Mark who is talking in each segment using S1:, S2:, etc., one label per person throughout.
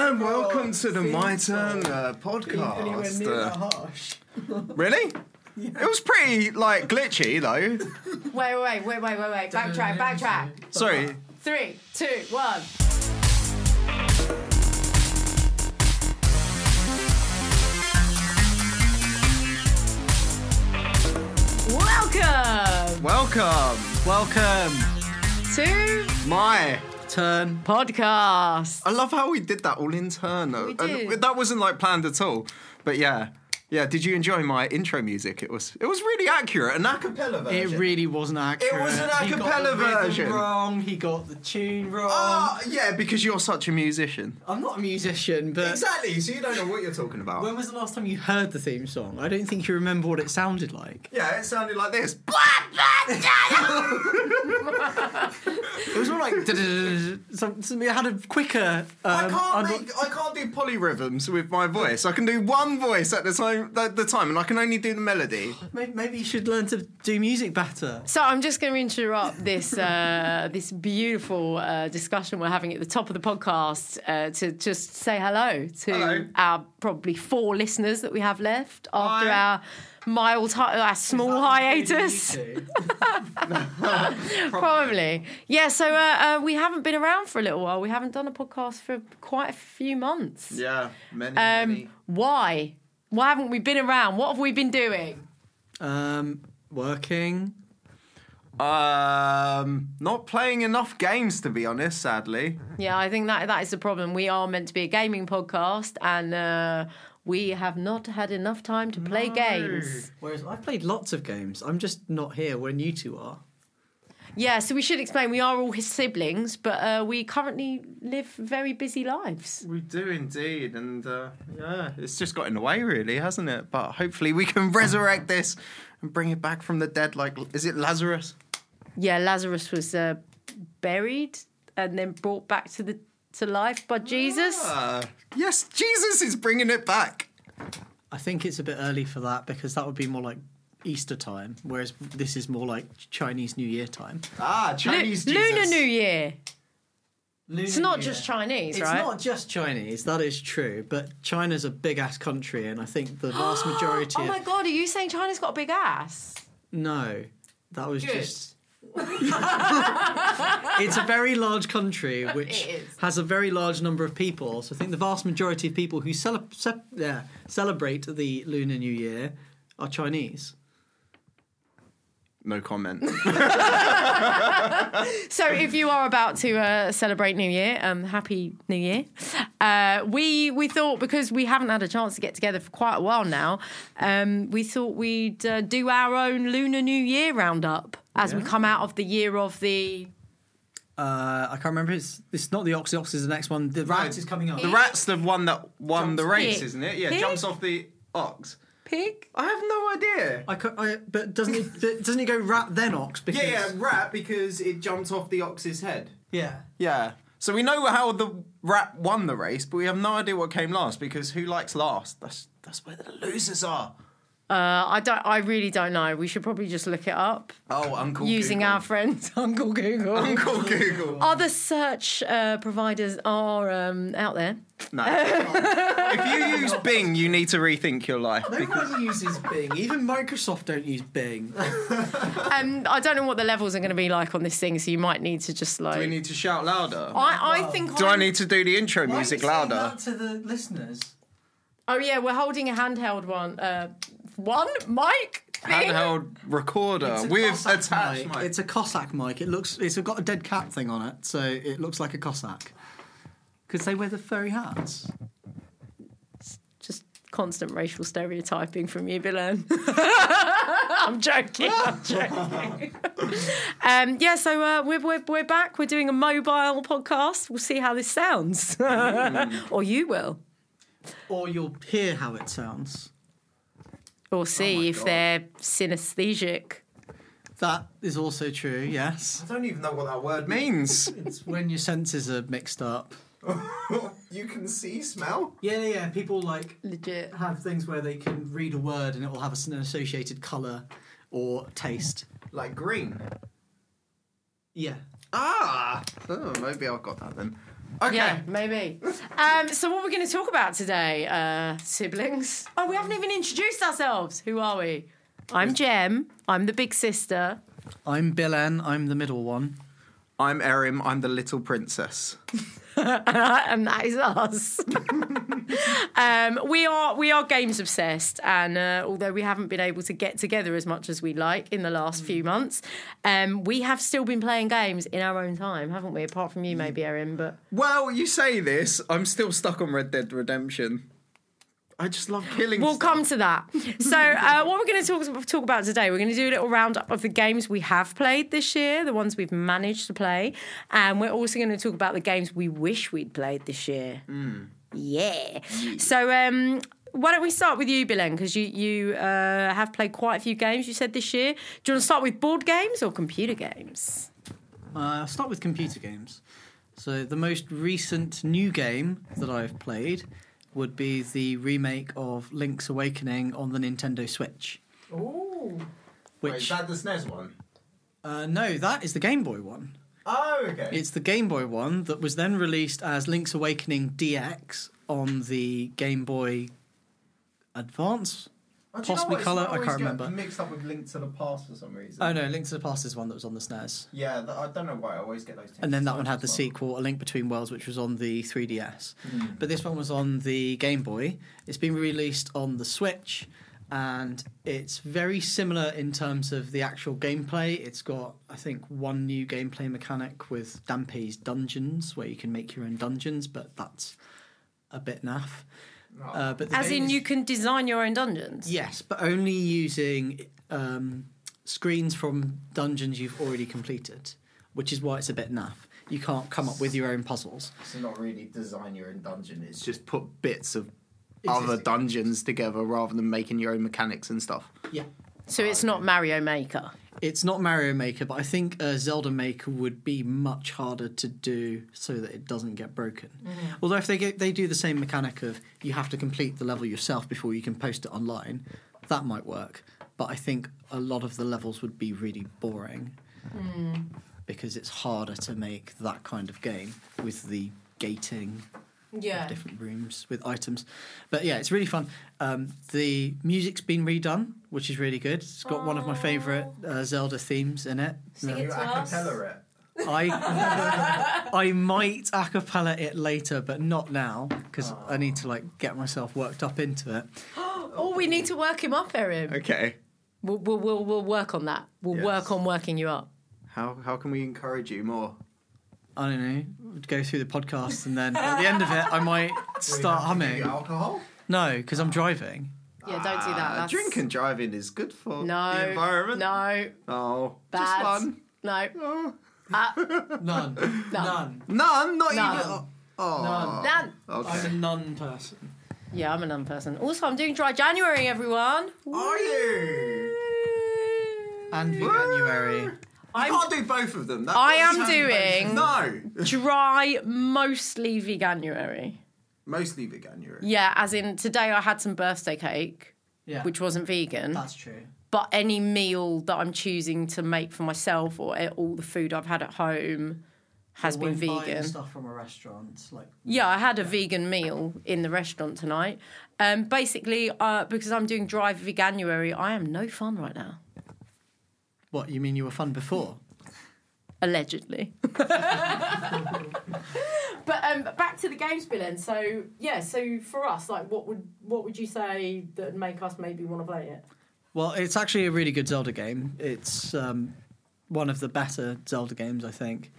S1: Welcome to the My Turn uh,
S2: Oh, Anywhere
S1: podcast.
S2: near that
S1: Uh,
S2: harsh.
S1: really? It was pretty like glitchy though.
S3: Wait, wait, wait, wait, wait, wait. Backtrack, backtrack.
S1: Sorry.
S3: Three, two, one. Welcome
S1: Welcome.
S4: Welcome.
S3: to
S1: My.
S4: Turn.
S3: podcast.
S1: I love how we did that all in turn though.
S3: We
S1: And
S3: did.
S1: that wasn't like planned at all. But yeah. Yeah, did you enjoy my intro music? It was it was really accurate. An acapella
S4: It
S1: version.
S4: really wasn't
S1: It
S4: accurate.
S1: was an
S4: He got
S1: acapella
S4: the rhythm
S1: version.
S4: Wrong. He got the tune wrong.
S1: Ah, yeah, because you're such a musician.
S4: I'm not a musician, but
S1: Exactly. So you don't know what you're talking about.
S4: when was the last time you heard the theme song? I don't think you remember what it sounded like.
S1: yeah, it sounded like this.
S4: It was more like some, some, it had a quicker. Um,
S1: I can't
S4: unlock-
S1: make, I can't do polyrhythms with my voice. I can do one voice at the time the, the time and I can only do the melody.
S4: May- Maybe you should learn to do music better.
S3: So I'm just going to interrupt this uh, this beautiful uh, discussion we're having at the top of the podcast uh, to just say hello to
S1: Hello.
S3: our probably four listeners that we have left after
S1: Hi.
S3: our mild hi- our small hiatus. Probably, yeah. So uh, uh, we haven't been around for a little while. We haven't done a podcast for quite a few months.
S1: Yeah, many,
S3: Um, why? Why haven't we been around? What have we been doing?
S4: Um, working.
S1: Um, not playing enough games to be honest. Sadly,
S3: Yeah, I think that that is the problem. We are meant to be a gaming podcast, and uh, we have not had enough time to play games.
S4: Whereas I've played lots of games. I'm just not here when you two are.
S3: Yeah, so we should explain we are all his siblings, but uh, we currently live very busy lives.
S1: we do indeed, and uh, yeah, it's just got in the way, really, hasn't it? But hopefully, we can resurrect this and bring it back from the dead. Like, is it Lazarus?
S3: Yeah, Lazarus was uh, buried and then brought back to the to life by Jesus.
S1: Uh, yes, Jesus is bringing it back.
S4: I think it's a bit early for that because that would be more like Easter time, whereas this is more like Chinese New Year time.
S1: Ah,
S3: Lu-
S1: Chinese Jesus.
S3: Lunar New Year. It's not just Chinese,
S4: It's
S3: right?
S4: not just Chinese, that is true, but China's a big ass country, and I think the vast majority.
S3: Oh my
S4: of,
S3: god, are you saying China's got a big ass?
S4: no, that was
S3: Good.
S4: just. it's a very large country which
S3: It is.
S4: has a very large number of people. So I think the vast majority of people who cele- se- yeah, celebrate the Lunar New Year are Chinese.
S1: No comment.
S3: So, if you are about to uh, celebrate New Year, um, Happy New Year. Uh, we we thought because we haven't had a chance to get together for quite a while now, um, we thought we'd uh, do our own Lunar New Year roundup as we come out of the year of the.
S4: Uh, I can't remember. It's it's not the ox. The ox is the next one. The rat is coming up.
S1: The rat's the one that won the race,
S3: Pig.
S1: isn't it? Yeah,
S3: Pig?
S1: jumps off the ox.
S3: Pig?
S1: I have no idea.
S4: I, ca- I but doesn't it d- doesn't it go rat then ox? Because,
S1: Yeah, yeah, rat because it jumped off the ox's head.
S4: yeah.
S1: Yeah. So we know how the rat won the race, but we have no idea what came last because who likes last? That's that's where the losers are.
S3: Uh, I don't. I really don't know. We should probably just look it up
S1: Oh, Uncle
S3: using
S1: Google.
S3: our friends Uncle Google.
S1: Uncle Google.
S3: Other search uh, providers are um, out there.
S1: no. if you use Bing, you need to rethink your life.
S4: No one uses Bing. Even Microsoft don't use Bing.
S3: Um, I don't know what the levels are going to be like on this thing, so you might need to just like.
S1: Do we need to shout louder?
S3: I, I think.
S1: Do I
S3: I'm-
S1: need to do the intro music louder?
S4: to the listeners.
S3: Oh yeah, we're holding a handheld one. Uh, one mic thing.
S1: Handheld recorder with Uh, attached mic.
S4: It's a Cossack mic. It looks. It's got a dead cat thing on it, so it looks like a Cossack. Because they wear the furry hats.
S3: Just constant racial stereotyping from you, Bilan. I'm joking. I'm joking. um, yeah, so uh, we're, we're we're back. We're doing a mobile podcast. We'll see how this sounds,
S1: Mm.
S3: or you will,
S4: Or you'll hear how it sounds.
S3: or see
S1: Oh my
S3: if
S1: God.
S3: they're synesthesic.
S4: That is also true. Yes.
S1: I don't even know what that word means.
S4: It's when your senses are mixed up.
S1: you can see, smell.
S4: Yeah, yeah, yeah. People like
S3: Legit.
S4: have things where they can read a word and it will have an associated color or taste.
S1: Like green.
S4: Yeah.
S1: Ah! Oh, maybe I've got that then. Okay.
S3: Yeah, maybe. Um, so, what we're going to talk about today, uh, siblings? Oh, we haven't even introduced ourselves. Who are we? I'm Jem. I'm the big sister.
S4: I'm Bilan. I'm the middle one.
S1: I'm Erim. I'm the little princess.
S3: and that is us. um, we are we are games obsessed, and uh, although we haven't been able to get together as much as we like in the last few months, um, we have still been playing games in our own time, haven't we? Apart from you, maybe Erin, but
S1: Well, you say this. I'm still stuck on Red Dead Redemption. I just love killing.
S3: We'll
S1: stuff.
S3: come to that. So, uh, what we're going to talk, talk about today, we're going to do a little roundup of the games we have played this year, the ones we've managed to play, and we're also going to talk about the games we wish we'd played this year. Yeah. So, um, why don't we start with you, Bilen? Because you you uh, have played quite a few games. You said this year. Do you want to start with board games or computer games?
S4: Uh, I'll start with computer games. So the most recent new game that I've played would be the remake of Link's Awakening on the Nintendo Switch.
S1: Ooh.
S4: Which
S1: the SNES one?
S4: uh, no, that is the Game Boy one.
S1: Oh, okay.
S4: It's the Game Boy one that was then released as Link's Awakening DX on the Game Boy Advance.
S1: Oh, do
S4: possibly
S1: what? It's
S4: colour,
S1: not
S4: I
S1: always
S4: can't
S1: get
S4: remember.
S1: Mixed up with Link to the Past for some reason.
S4: Oh no, Link to the Past is one that was on the SNES.
S1: Yeah, th- I don't know why I always get those. Things
S4: And then that one had the sequel, A Link Between Worlds, which was on the 3DS. But this one was on the Game Boy. It's been released on the Switch, and it's very similar in terms of the actual gameplay. It's got, I think, one new gameplay mechanic with Dampy's Dungeons, where you can make your own dungeons, but that's a bit naff. Uh, but the
S3: As
S4: game
S3: in,
S4: is-
S3: you can design your own dungeons.
S4: Yes, but only using um, screens from dungeons you've already completed, which is why it's a bit naff. You can't come up with your own puzzles.
S1: So not really design your own dungeon. It's just put bits of other dungeons together rather than making your own mechanics and stuff.
S4: Yeah.
S3: So it's not Mario Maker.
S4: It's not Mario Maker, but I think uh, Zelda Maker would be much harder to do so that it doesn't get broken. Although if they get, they do the same mechanic of you have to complete the level yourself before you can post it online, that might work. But I think a lot of the levels would be really boring because it's harder to make that kind of game with the gating of
S3: Yeah.
S4: different rooms with items. But yeah, it's really fun. Um, the music's been redone, which is really good. It's got one of my favourite uh, Zelda themes in it.
S3: Sing it to us.
S1: it.
S4: I I might a cappella it later, but not now because I need to like get myself worked up into it.
S3: Oh, we need to work him up, Erin.
S1: Okay.
S3: We'll, we'll, we'll, we'll work on that. We'll
S1: Yes.
S3: work on working you up.
S1: How how can we encourage you more?
S4: I don't know. Go through the podcast and then at the end of it, I might start humming.
S1: Alcohol.
S4: No, because I'm driving.
S3: Yeah, don't do that. That's...
S1: Drink Ah, and driving is good for
S3: No.
S1: the environment.
S3: No.
S1: Oh,
S3: Bad.
S1: just one.
S3: No.
S1: Oh.
S4: None. None.
S1: None, not
S3: None.
S1: even. Oh.
S3: None.
S1: Okay.
S4: none person.
S3: Yeah, I'm a non person. Also, I'm doing dry January, everyone.
S1: Are you?
S4: And January.
S1: I can't do both of them. That's
S3: I
S1: what
S3: am
S1: I'm saying.
S3: doing-
S1: No.
S3: Dry, mostly veganuary.
S1: Mostly veganuary.
S3: Yeah, as in today I had some birthday cake,
S4: Yeah.
S3: which wasn't vegan.
S4: That's true.
S3: but any meal that I'm choosing to make for myself or all the food I've had at home has been
S4: When buying
S3: vegan.
S4: Stuff from a restaurant, like
S3: Yeah, I had a vegan meal in the restaurant tonight. Um, basically, uh, because I'm doing dry veganuary, I am no fun right now.
S4: what you mean you were fun before?
S3: allegedly. but um, back to the games, Bill. And so yeah, so for us, like, what would what would you say that would make us maybe want to play it?
S4: Well, it's actually a really good Zelda game. It's um, one of the better Zelda games, I think.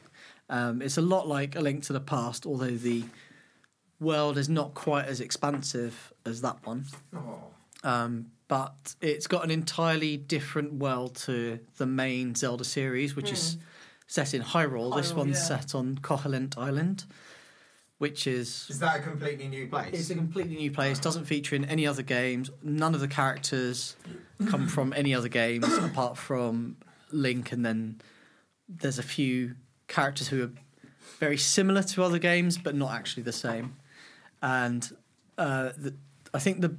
S4: Um, it's a lot like A Link to the Past, although the world is not quite as expansive as that one.
S1: Oh.
S4: Um, but it's got an entirely different world to the main Zelda series, which is set in Hmm. Hyrule. this
S3: Hyrule,
S4: one's
S3: yeah.
S4: set on Koholint Island, which is
S1: Is that a completely new place?
S4: it's a completely new place. Doesn't feature in any other games. None of the characters come from any other games apart from Link, and then there's a few characters who are very similar to other games, but not actually the same. And uh, the, I think the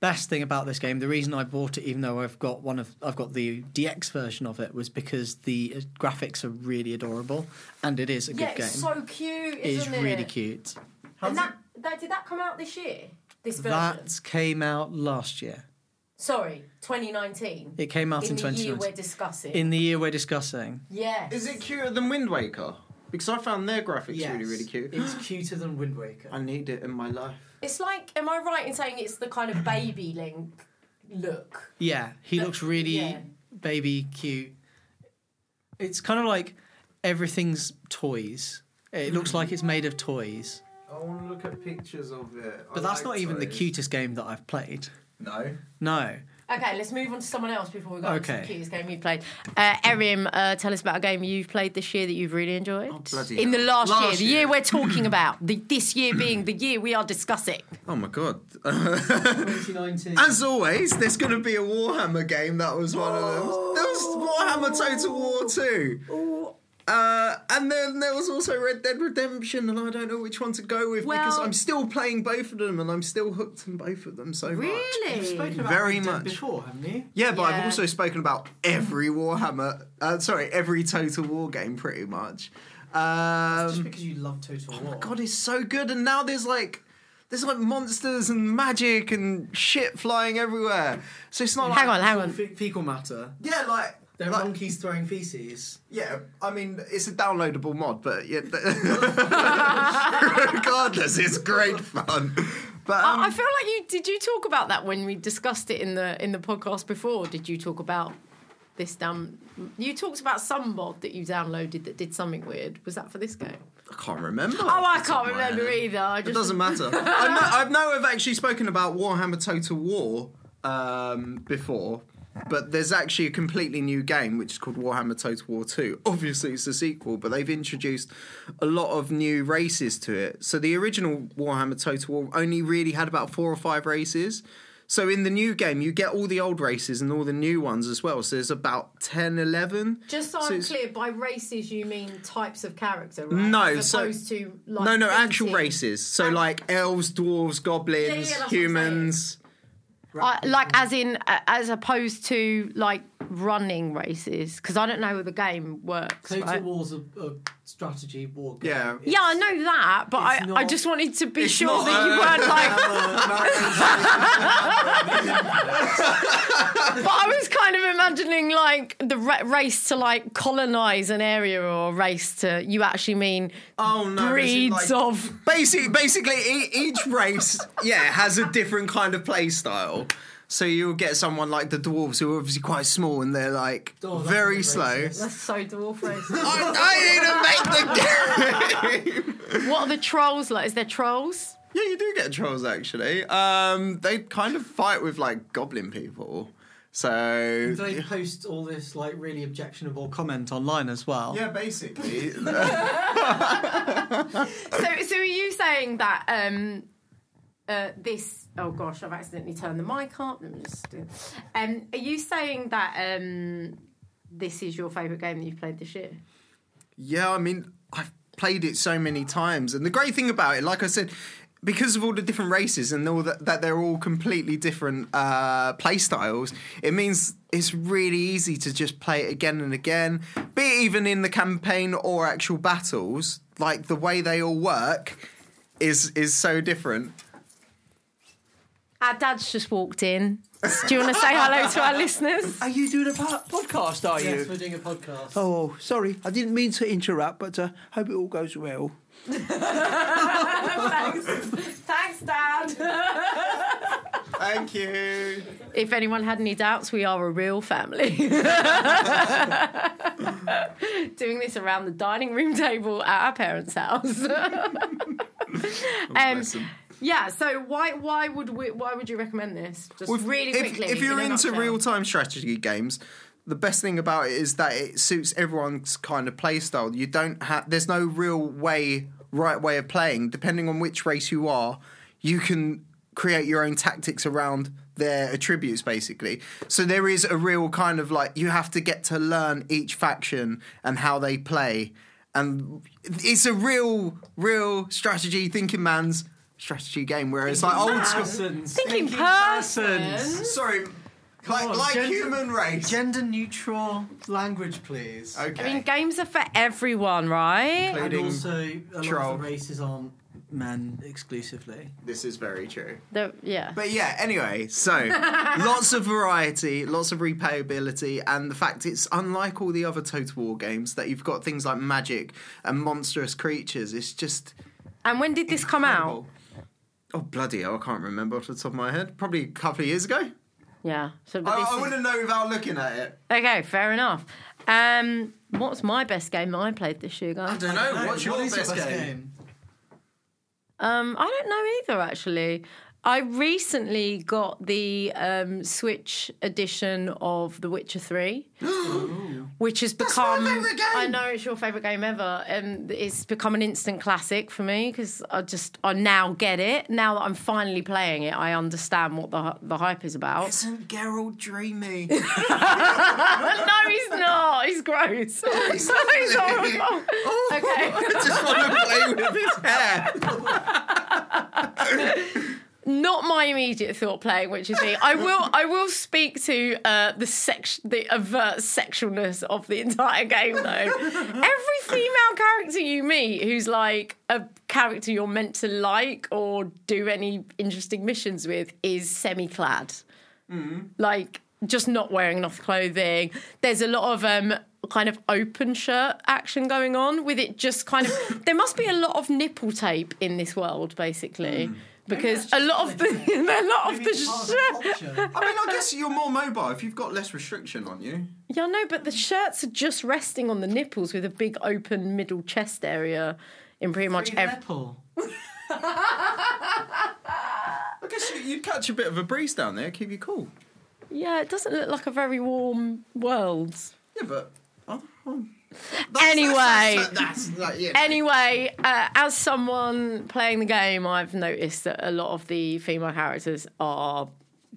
S4: best thing about this game, the reason I bought it, even though I've got one of I've got the DX version of it, was because the uh, graphics are really adorable and it is a
S3: yeah,
S4: good game.
S3: it's so cute,
S4: It is
S3: isn't it?
S4: really cute.
S3: And that, that did that come out this year? This version.
S4: That came out last year.
S3: Sorry, 2019.
S4: It came out in,
S3: in the year
S4: 2019.
S3: we're discussing.
S4: In the year we're discussing.
S3: yes.
S1: Is it cuter than Wind Waker? Because I found their graphics really, really cute.
S4: It's cuter than Wind Waker.
S1: I need it in my life.
S3: It's like, am I right in saying it's the kind of baby Link look?
S4: Yeah, he
S3: But-
S4: looks really
S3: yeah.
S4: baby cute. It's kind of like everything's toys. It looks like it's made of toys.
S1: I want to look at pictures of it.
S4: But that's not even the cutest game that I've played.
S1: No.
S4: No.
S3: Okay, let's move on to someone else before we go on to
S4: Okay.
S3: the cutest game you've played. Uh, Erim, uh, tell us about a game you've played this year that you've really enjoyed.
S1: Oh, bloody
S3: in the
S1: hell.
S3: last, year,
S4: Last
S3: the year
S4: year.
S3: we're talking about, the, this year being the year we are discussing.
S1: Oh my god.
S4: 2019.
S1: As always, there's going to be a Warhammer game. That was one of them. There was Warhammer Total War 2.
S3: Oh.
S1: Uh, and then there was also Red Dead Redemption, and I don't know which one to go with because
S3: Well-
S1: I'm still playing both of them, and I'm still hooked on both of them so much.
S3: Really?
S1: about Very Red Dead much.
S4: before, haven't you?
S1: Yeah, but
S3: Yeah.
S1: I've also spoken about every Warhammer, uh, sorry, every Total War game pretty much. Um,
S4: because you love Total War.
S1: God, it's so good, and now there's like. There's like monsters and magic and shit flying everywhere. So it's not like.
S3: Hang on, hang on.
S4: fecal matter.
S1: Yeah, like.
S4: They're
S1: like-
S4: monkeys throwing feces.
S1: Yeah, I mean it's a downloadable mod, but yeah, th- regardless, it's great fun. But um,
S3: I I feel like you did. You talk about that when we discussed it in the in the podcast before. Did you talk about this damn? You talked about some mod that you downloaded that did something weird. Was that for this game?
S1: I can't remember.
S3: Oh, I can't remember either. I just
S1: It doesn't matter. I know, I know I've actually spoken about Warhammer Total War um, before, but there's actually a completely new game which is called Warhammer Total War 2. Obviously, it's a sequel, but they've introduced a lot of new races to it. So the original Warhammer Total War only really had about four or five races. So in the new game, you get all the old races and all the new ones as well. So there's about 10, 11.
S3: Just so,
S1: So
S3: I'm
S1: it's-
S3: clear, by races you mean types of character, right?
S1: No,
S3: As
S1: so-
S3: opposed to like
S1: no, no, actual
S3: rating.
S1: races. So
S3: Act-
S1: like elves, dwarves, goblins,
S3: that's what I'm saying.
S1: humans.
S3: I, like as in uh, as opposed to like running races, because I don't know how the game works.
S4: Total
S3: right?
S4: War's a, a strategy war game.
S1: Yeah.
S4: It's-
S3: Yeah, I know that, but I,
S4: It's not-
S3: I just wanted to be
S1: It's
S3: sure
S1: not,
S3: that
S1: uh,
S3: you weren't like.
S4: uh,
S3: but I was kind of imagining like the ra- race to like colonize an area or race to. You actually mean
S1: Oh no! as in,
S3: breeds
S1: like-
S3: of.
S1: Basic, basically, e- each race, yeah, has a different kind of play style. So you'll get someone like the dwarves, who are obviously quite small and they're like
S4: Oh, that's
S1: very
S4: racist.
S1: slow.
S3: That's so dwarf race.
S1: I, I didn't make the game.
S3: what are the trolls like? Is there trolls?
S1: yeah, you do get trolls actually. Um, they kind of fight with like goblin people. So
S4: They post all this like really objectionable comment online as well.
S1: yeah, basically,
S3: So, so are you saying that um, uh, this? Oh gosh, I've accidentally turned the mic up. Let me just. Do um, are you saying that um, this is your favourite game that you've played this year?
S1: Yeah, I mean, I've played it so many times, and the great thing about it, like I said, because of all the different races and all that, that they're all completely different uh, play styles, it means it's really easy to just play it again and again. Be it even in the campaign or actual battles, like the way they all work is is so different.
S3: Our dad's just walked in. Do you want to say hello to our listeners?
S2: Are you doing a po- podcast? Are
S4: Yes,
S2: you?
S4: we're doing a podcast.
S2: Oh, sorry, I didn't mean to interrupt, but uh, hope it all goes well.
S3: Oh, Thanks. Thanks, Dad.
S1: Thank you.
S3: If anyone had any doubts, we are a real family. Doing this around the dining room table at our parents' house. Um, Yeah. So why why would we, why would you recommend this? Just
S1: Well, if-
S3: really
S1: if,
S3: quickly.
S1: If
S3: in
S1: you're
S3: a
S1: into
S3: nutshell.
S1: real time strategy games, the best thing about it is that it suits everyone's kind of play style. You don't have there's no real way right way of playing. Depending on which race you are, you can create your own tactics around their attributes basically. So there is a real kind of like you have to get to learn each faction and how they play. And it's a real, real strategy thinking man's strategy game where it's like old school.
S4: Persons.
S3: Thinking person.
S1: Sorry, like,
S4: on,
S1: like
S4: gender-
S1: human race.
S4: Gender neutral language, please.
S1: okay.
S3: I mean, games are for everyone, right?
S4: And
S1: Including
S4: also, a lot
S1: troll.
S4: of the races aren't men exclusively.
S1: this is very true.
S3: The, yeah.
S1: But yeah, anyway, so lots of variety, lots of replayability, and the fact it's unlike all the other Total War games that you've got things like magic and monstrous creatures. It's just
S3: And when did this come out?
S1: Oh bloody hell! I can't remember off the top of my head. Probably a couple of years ago.
S3: Yeah. So, but
S1: I,
S3: this
S1: I
S3: is-
S1: wouldn't know without looking at it.
S3: Okay, fair enough. Um, what's my best game that I played this year, guys?
S1: don't know. What's your
S4: is
S1: best game?
S3: Um, I don't know either, actually. I recently got the um, Switch edition of The Witcher 3, which has become.
S1: favourite game!
S3: I know it's your favourite game ever. And it's become an instant classic for me because I just, I now get it. Now that I'm finally playing it, I understand what the, hy- the hype is about.
S1: Isn't Geralt dreamy?
S3: no, he's not. He's gross. he's horrible. Okay.
S1: I just want to play with his hair.
S3: not my immediate thought playing, which is me. I will I will speak to uh, the sex the overt sexualness of the entire game though. Every female character you meet who's like a character you're meant to like or do any interesting missions with is semi clad like just not wearing enough clothing. There's a lot of um kind of open shirt action going on with it just kind of there must be a lot of nipple tape in this world basically because a lot of the a lot of the shirt
S4: culture.
S1: I mean, I guess you're more mobile if you've got less restriction on you.
S3: Yeah, no, but the shirts are just resting on the nipples with a big open middle chest area in pretty much every
S4: Apple.
S1: I guess you, you'd catch a bit of a breeze down there, keep you cool.
S3: Yeah, it doesn't look like a very warm world.
S1: Yeah, but. Oh, oh.
S3: Anyway.
S1: that's, that's, that's, like, yeah.
S3: Anyway, uh, as someone playing the game, I've noticed that a lot of the female characters are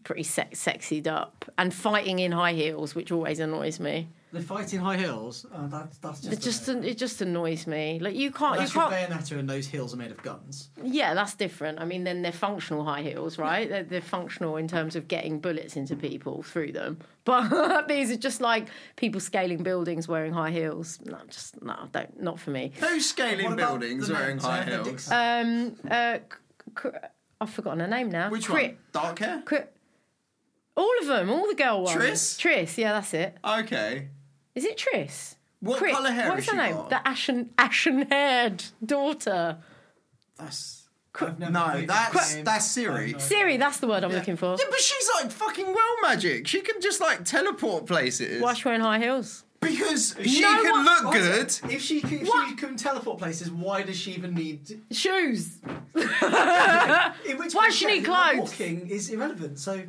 S3: pretty se- sexied up and fighting in high heels, which always annoys me.
S4: The fighting high heels. Uh, that's that's just.
S3: It just
S4: a,
S3: it just annoys me. Like you can't
S4: that's
S3: you
S4: your
S3: can't.
S4: Bayonetta, and those heels are made of guns.
S3: Yeah, that's different. I mean, then they're functional high heels, right? They're, they're functional in terms of getting bullets into people through them. But these are just like people scaling buildings wearing high heels. No, just no, don't not for me.
S1: Those scaling
S4: What about
S1: buildings
S4: the men?
S1: wearing
S4: Do they
S1: high
S4: have their
S1: heels.
S4: dicks
S3: Um, uh, c- c- I've forgotten her name now.
S1: Which
S3: Cri-
S1: one? Dark hair?
S3: Cri- all of them, all the girl ones.
S1: Tris?
S3: Tris, yeah, that's it.
S1: Okay.
S3: Is it Tris?
S1: What
S3: Cri-
S1: colour hair
S3: What's
S1: has
S3: her
S1: she
S3: name?
S1: got?
S3: The ashen, ashen-haired daughter.
S4: That's.
S1: No, that's that's Siri.
S3: Siri, that's the word I'm looking for.
S1: Yeah, but she's like fucking well magic. She can just like teleport places.
S3: Why is she wearing high heels?
S1: Because she
S3: No
S1: can
S3: one-
S1: look good.
S4: If she can, if she
S3: What?
S4: can teleport places, why does she even need?
S3: Shoes.
S4: In which
S3: Why
S4: case,
S3: does she
S4: yeah,
S3: need
S4: even
S3: clothes?
S4: Walking is irrelevant. So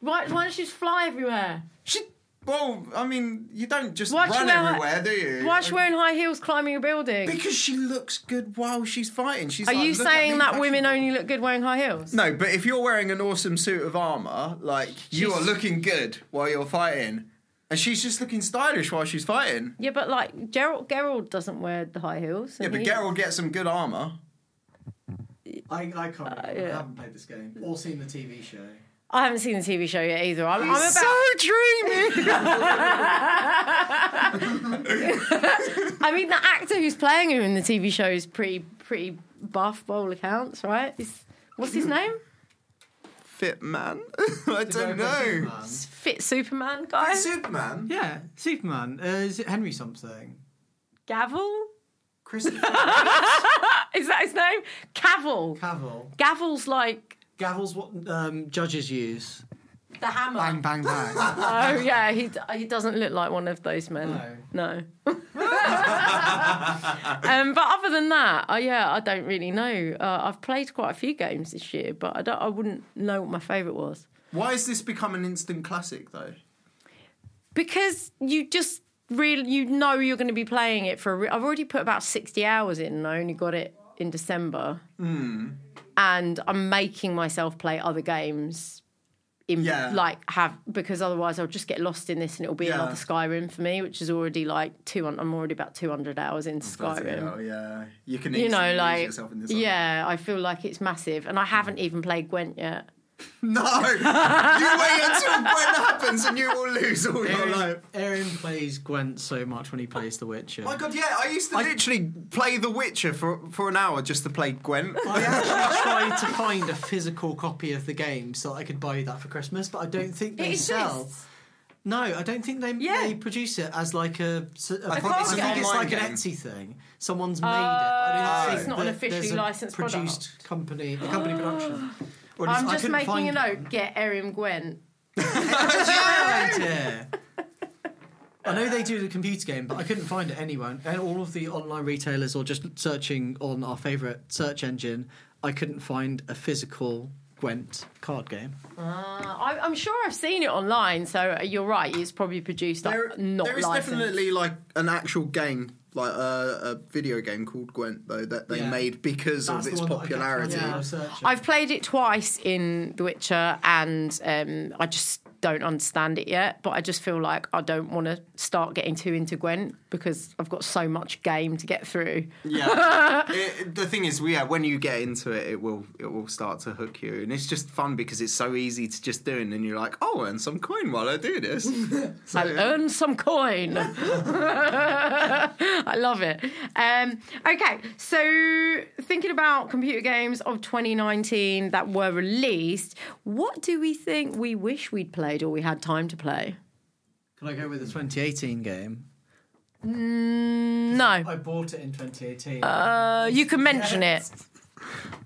S3: Why, why does she just fly everywhere?
S1: She. Well, I mean, you don't just
S3: Why'd she
S1: run
S3: wear her-
S1: everywhere, do you?
S3: Why is she wearing high heels climbing a building?
S1: Because she looks good while she's fighting. She's.
S3: Are
S1: like,
S3: you
S1: "Look at me
S3: saying that women
S1: fashionable."
S3: only look good wearing high heels?
S1: No, but if you're wearing an awesome suit of armor, like you are looking good while you're fighting, and she's just looking stylish while she's fighting.
S3: Yeah, but like Gerald, Gerald doesn't wear the high heels.
S1: Yeah,
S3: and
S1: but
S3: he-
S1: Geralt gets some good armor.
S4: I, I can't. remember. I
S3: yeah.
S4: haven't played this game or seen the TV show.
S3: I haven't seen the TV show yet either. I'm, I'm about.
S1: So dreamy.
S3: I mean, the actor who's playing him in the TV show is pretty pretty buff, by all accounts, right? He's- what's his name?
S1: Fit man. I don't know.
S4: Superman.
S3: Fit Superman guy.
S1: Superman.
S4: Yeah, Superman. Uh, is it Henry something?
S3: Gavel.
S1: Christopher.
S3: Is that his name? Cavill.
S4: Cavill.
S3: Gavel's like
S4: Gavel's what um, judges use.
S3: the hammer.
S4: Bang, bang, bang.
S3: Oh yeah, he d- he doesn't look like one of those men. No. um, but other than that, I, yeah, I don't really know. Uh, I've played quite a few games this year, but I don't. I wouldn't know what my favourite was
S1: Why has this become an instant classic though?
S3: because you just really you know you're going to be playing it for. A re- I've already put about sixty hours in, and I only got it in
S1: Hmm.
S3: December. And I'm making myself play other games in
S1: Yeah.
S3: like have because otherwise I'll just get lost in this and it'll be
S1: Yeah.
S3: another Skyrim for me, which is already like two. I'm already about two hundred hours into Skyrim.
S1: Oh yeah, you can
S3: You know,
S1: easily lose
S3: like
S1: yourself in this. Hmm.
S3: yeah, I feel like it's massive, and I haven't even played Gwent yet.
S1: No, you wait until Gwen happens and you will lose all your life.
S4: Aaron, Aaron plays Gwent so much when he plays The Witcher.
S1: Oh My God, yeah, I used to literally play The Witcher for for an hour just to play Gwen.
S4: I actually tried to find a physical copy of the game so I could buy that for Christmas, but I don't think they sell. No, I don't think they,
S3: Yeah.
S4: they produce it as like a. s- a- I
S1: think
S4: think
S1: it's
S4: it's,
S3: an
S1: online
S4: like an
S1: game.
S4: Etsy thing. Someone's made it. I don't
S3: Oh.
S4: think
S3: It's not an
S4: that
S3: officially
S4: there's a
S3: licensed product.
S4: produced company, a company production. Or at
S3: I'm
S4: least I
S3: just
S4: couldn't
S3: making a
S4: find
S3: note. Get Erin Gwent.
S4: one. Yeah. I know they do the computer game, but I couldn't find it anywhere. And all of the online retailers, or just searching on our favourite search engine, I couldn't find a physical Gwent card game.
S3: Uh, I, I'm sure I've seen it online, so uh, you're right. It's probably produced
S1: There,
S3: like, not
S1: there is
S3: licensed.
S1: definitely like an actual game, like uh, a video game called Gwent, though that they
S4: Yeah.
S1: made because
S4: That's
S1: of
S4: the
S1: its
S4: one that I kept
S1: popularity.
S4: finding
S3: Yeah.
S4: when I was searching.
S3: I've played it twice in The Witcher, and um, I just don't understand it yet. But I just feel like I don't want to start getting too into Gwent because I've got so much game to get through.
S1: Yeah. it, the thing is, yeah, when you get into it, it will it will start to hook you, and it's just fun because it's so easy to just do, and then you're like, oh, I'll earn some coin while I do this. So-
S3: I'll earn some coin. I love it. Um, okay, so thinking about computer games of 2019 that were released, what do we think we wish we'd played or we had time to play?
S4: Can I go with the 2018 game?
S3: No,
S4: I bought it in 2018.
S3: uh, you can mention it.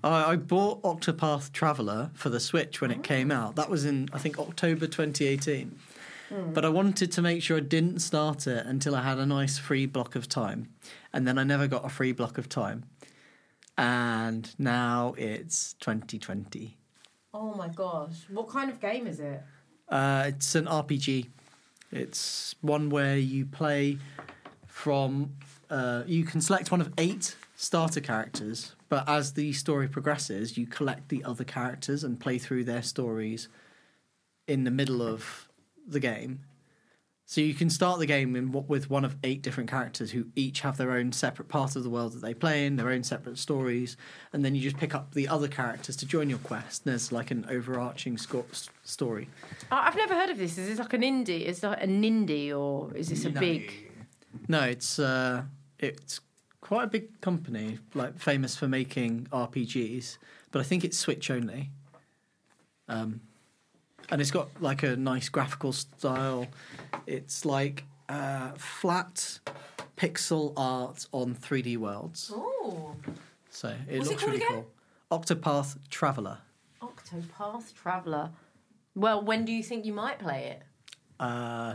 S4: I, I bought Octopath Traveler for the Switch when it came out. That was in, I think, October 2018. But I wanted to make sure I didn't start it until I had a nice free block of time. And then I never got a free block of time. And now it's 2020.
S3: Oh my gosh, what kind of game is it?
S4: Uh, it's an RPG. It's one where you play from. Uh, you can select one of eight starter characters, but as the story progresses, you collect the other characters and play through their stories in the middle of the game. So you can start the game in what, with one of eight different characters who each have their own separate part of the world that they play in, their own separate stories, and then you just pick up the other characters to join your quest. And there's like an overarching sco- s- story.
S3: I've never heard of this. Is this like an indie? Is that an indie or is this a big?
S4: No, it's uh, it's quite a big company, like famous for making RPGs, but I think it's Switch only. Um, and it's got like a nice graphical style. It's like uh, flat pixel art on 3D worlds.
S3: Oh,
S4: So it
S3: What's it
S4: looks
S3: called
S4: really
S3: again?
S4: cool. Octopath Traveler.
S3: Octopath Traveler. Well, when do you think you might play it?
S4: Uh,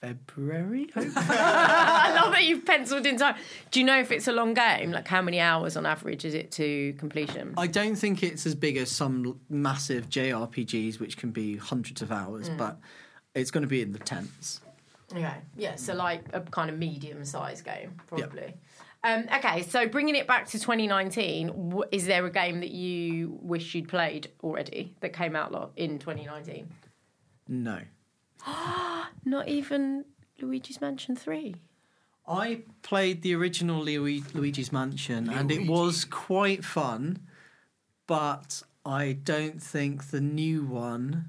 S4: February, hopefully.
S3: I love that you've penciled in time. Do you know if it's a long game? Like, how many hours on average is it to completion?
S4: I don't think it's as big as some l- massive JRPGs, which can be hundreds of hours,
S3: Hmm.
S4: but it's going to be in the tens.
S3: Okay. Yeah, so like a kind of medium sized game, probably. Um, okay, so bringing it back to 2019, wh- is there a game that you wish you'd played already that came out lo- in 2019?
S4: No.
S3: Not even Luigi's Mansion 3.
S4: I played the original Lui- Luigi's Mansion, and it was quite fun, but I don't think the new one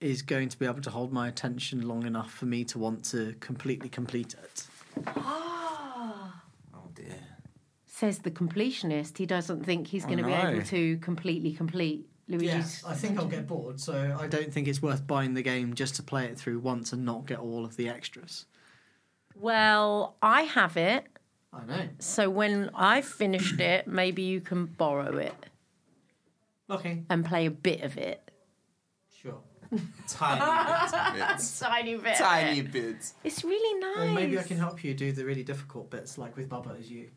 S4: is going to be able to hold my attention long enough for me to want to completely complete it.
S1: oh dear.
S3: Says the completionist. He doesn't think he's going to be
S1: no.
S3: able to completely complete Luigi's.
S4: I think I'll get bored, so I don't think it's worth buying the game just to play it through once and not get all of the extras.
S3: Well, I have it.
S4: I know.
S3: So when I've finished it, maybe you can borrow it
S4: Okay,
S3: and play a bit of it.
S4: sure.
S1: Tiny bits.
S3: Tiny bit.
S1: Tiny bits.
S3: It's really nice.
S4: Or maybe I can help you do the really difficult bits, like with Bubba as you.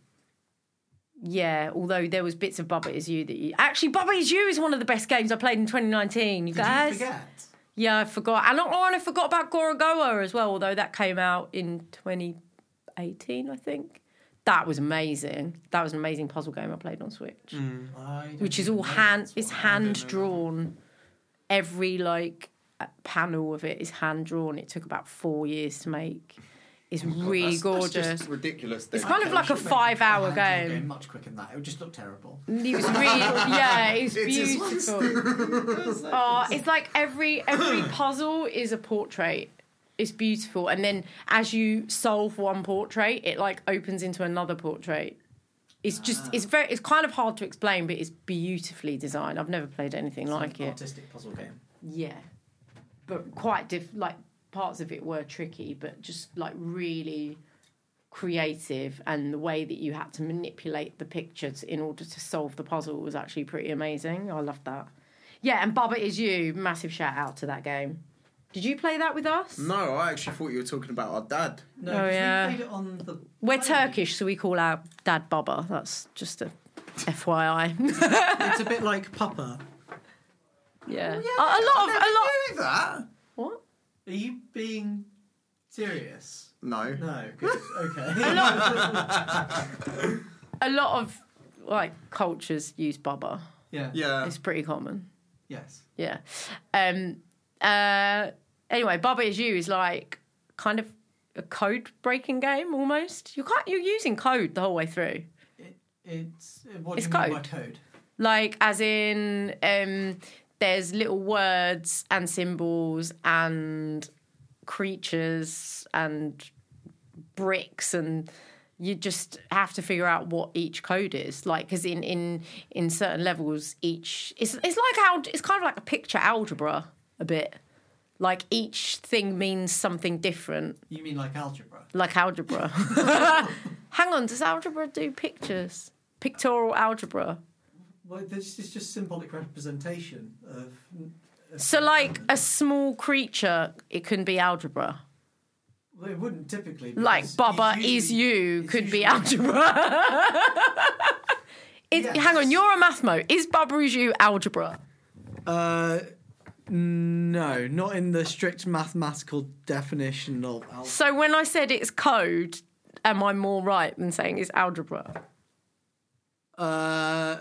S3: Yeah, although there was bits of Bubba Is You that you actually Bubba Is You is one of the best games I played in 2019. You
S4: Did
S3: guys,
S4: you forget?
S3: yeah, I forgot. And oh, and I forgot about Gorogoa as well. Although that came out in 2018, I think. That was amazing. That was an amazing puzzle game I played on Switch,
S4: I don't
S3: which is
S4: even
S3: all
S4: know
S3: hand.
S4: that's
S3: It's
S4: what- I don't know.
S3: hand drawn. every like uh, panel of it is hand drawn. It took about four years to make. It's really gorgeous.
S1: ridiculous.
S3: It's kind of like a five-hour game.
S4: Much quicker than that. It would just look terrible.
S3: It was really, yeah, it was
S1: It's his
S3: beautiful. Oh, it's like every every puzzle is a portrait. It's beautiful, and then as you solve one portrait, it like opens into another portrait. It's just it's very it's kind of hard to explain, but it's beautifully designed. I've never played anything like it.
S4: Artistic puzzle game.
S3: Yeah, but quite diff- like parts of it were tricky, but just like really creative and the way that you had to manipulate the pictures in order to solve the puzzle was actually pretty amazing. I loved that. Yeah, and Bubba is you. Massive shout out to that game. Did you play that with us?
S1: No, I actually thought you were talking about our dad.
S4: No,
S3: Oh,
S4: 'cause
S3: yeah.
S4: we played it on the.
S3: We're
S4: plane.
S3: Turkish, so we call our dad Baba. That's just a FYI.
S4: It's a bit like Papa.
S3: yeah. Uh, A, a lot of a lot.
S1: Knew that?
S3: What?
S4: Are you being serious?
S1: No.
S4: No. Good. Okay.
S3: A lot of like cultures use Baba.
S4: yeah.
S1: Yeah.
S3: It's pretty common.
S4: Yes.
S3: Yeah. Um, uh, anyway, Baba is you is like kind of a code breaking game almost. You can't, you're using code the whole way through.
S4: It, it's what
S3: It's
S4: do you mean by
S3: code.
S4: code?
S3: Like as in um, there's little words and symbols and creatures and bricks and you just have to figure out what each code is like because in in in certain levels each it's it's like al- it's kind of like a picture algebra a bit like each thing means something different
S4: You mean like algebra?
S3: like algebra hang on does algebra do pictures pictorial algebra
S4: Well, this is just symbolic representation of.
S3: So, like a small creature, it can be algebra.
S4: Well, it wouldn't typically.
S3: Like
S4: because
S3: Baba
S4: it's usually-
S3: is you
S4: it's
S3: could be
S4: usually-
S3: algebra. Is-
S4: Yes.
S3: Hang on, you're a math mo. Is Baba is you algebra?
S4: Uh,
S2: No, not in the strict mathematical definition of.
S3: So when I said it's code, am I more right than saying it's algebra?
S4: uh,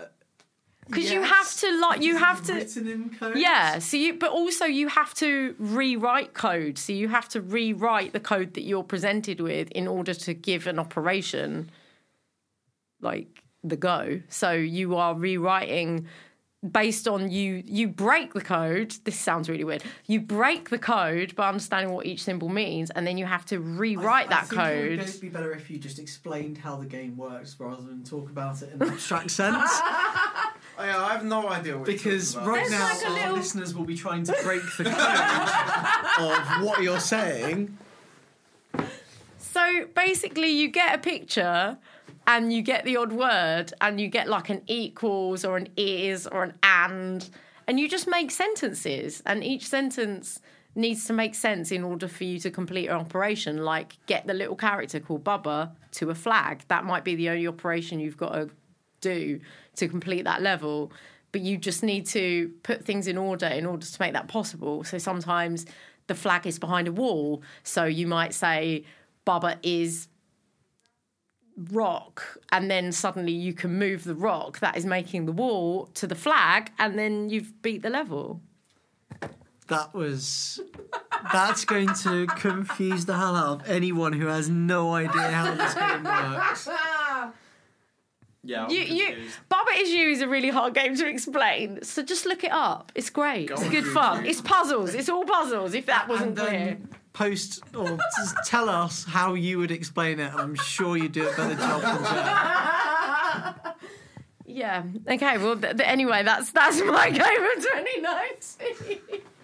S3: Because you have to like you have to.
S4: Written in code.
S3: Yeah, so you but also you have to rewrite code. So you have to rewrite the code that you're presented with in order to give an operation like the go. So you are rewriting based on you you break the code. This sounds really weird. You break the code by understanding what each symbol means and then you have to
S4: I-
S3: rewrite
S4: I
S3: that
S4: think It
S3: code.
S4: would be better if you just explained how the game works rather than talk about it in an abstract sense.
S1: Oh, yeah, I have no idea what
S4: Because
S1: you're talking about.
S4: right
S3: There's
S4: now,
S3: like a
S4: our
S3: little-
S4: listeners will be trying to break the code of what you're saying.
S3: So basically, you get a picture and you get the odd word and you get like an equals or an is or an and, and you just make sentences. And each sentence needs to make sense in order for you to complete an operation, like get the little character called Bubba to a flag. That might be the only operation you've got to do to complete that level. But you just need to put things in order in order to make that possible. So sometimes the flag is behind a wall. So you might say, Baba is rock and then suddenly you can move the rock that is making the wall to the flag and then you've beat the level
S4: That was. That's going to confuse the hell out of anyone who has no idea how this game works.
S1: Yeah. I'm
S3: you, you
S1: confused.
S3: Baba is you is a really hard game to explain so just look it up it's great it's
S1: on
S3: good
S1: YouTube.
S3: fun it's puzzles it's all puzzles if that wasn't
S4: And
S3: clear
S4: then post or just tell us how you would explain it. I'm sure you do a better job than that.
S3: yeah okay well th- th- anyway that's that's my game of 2019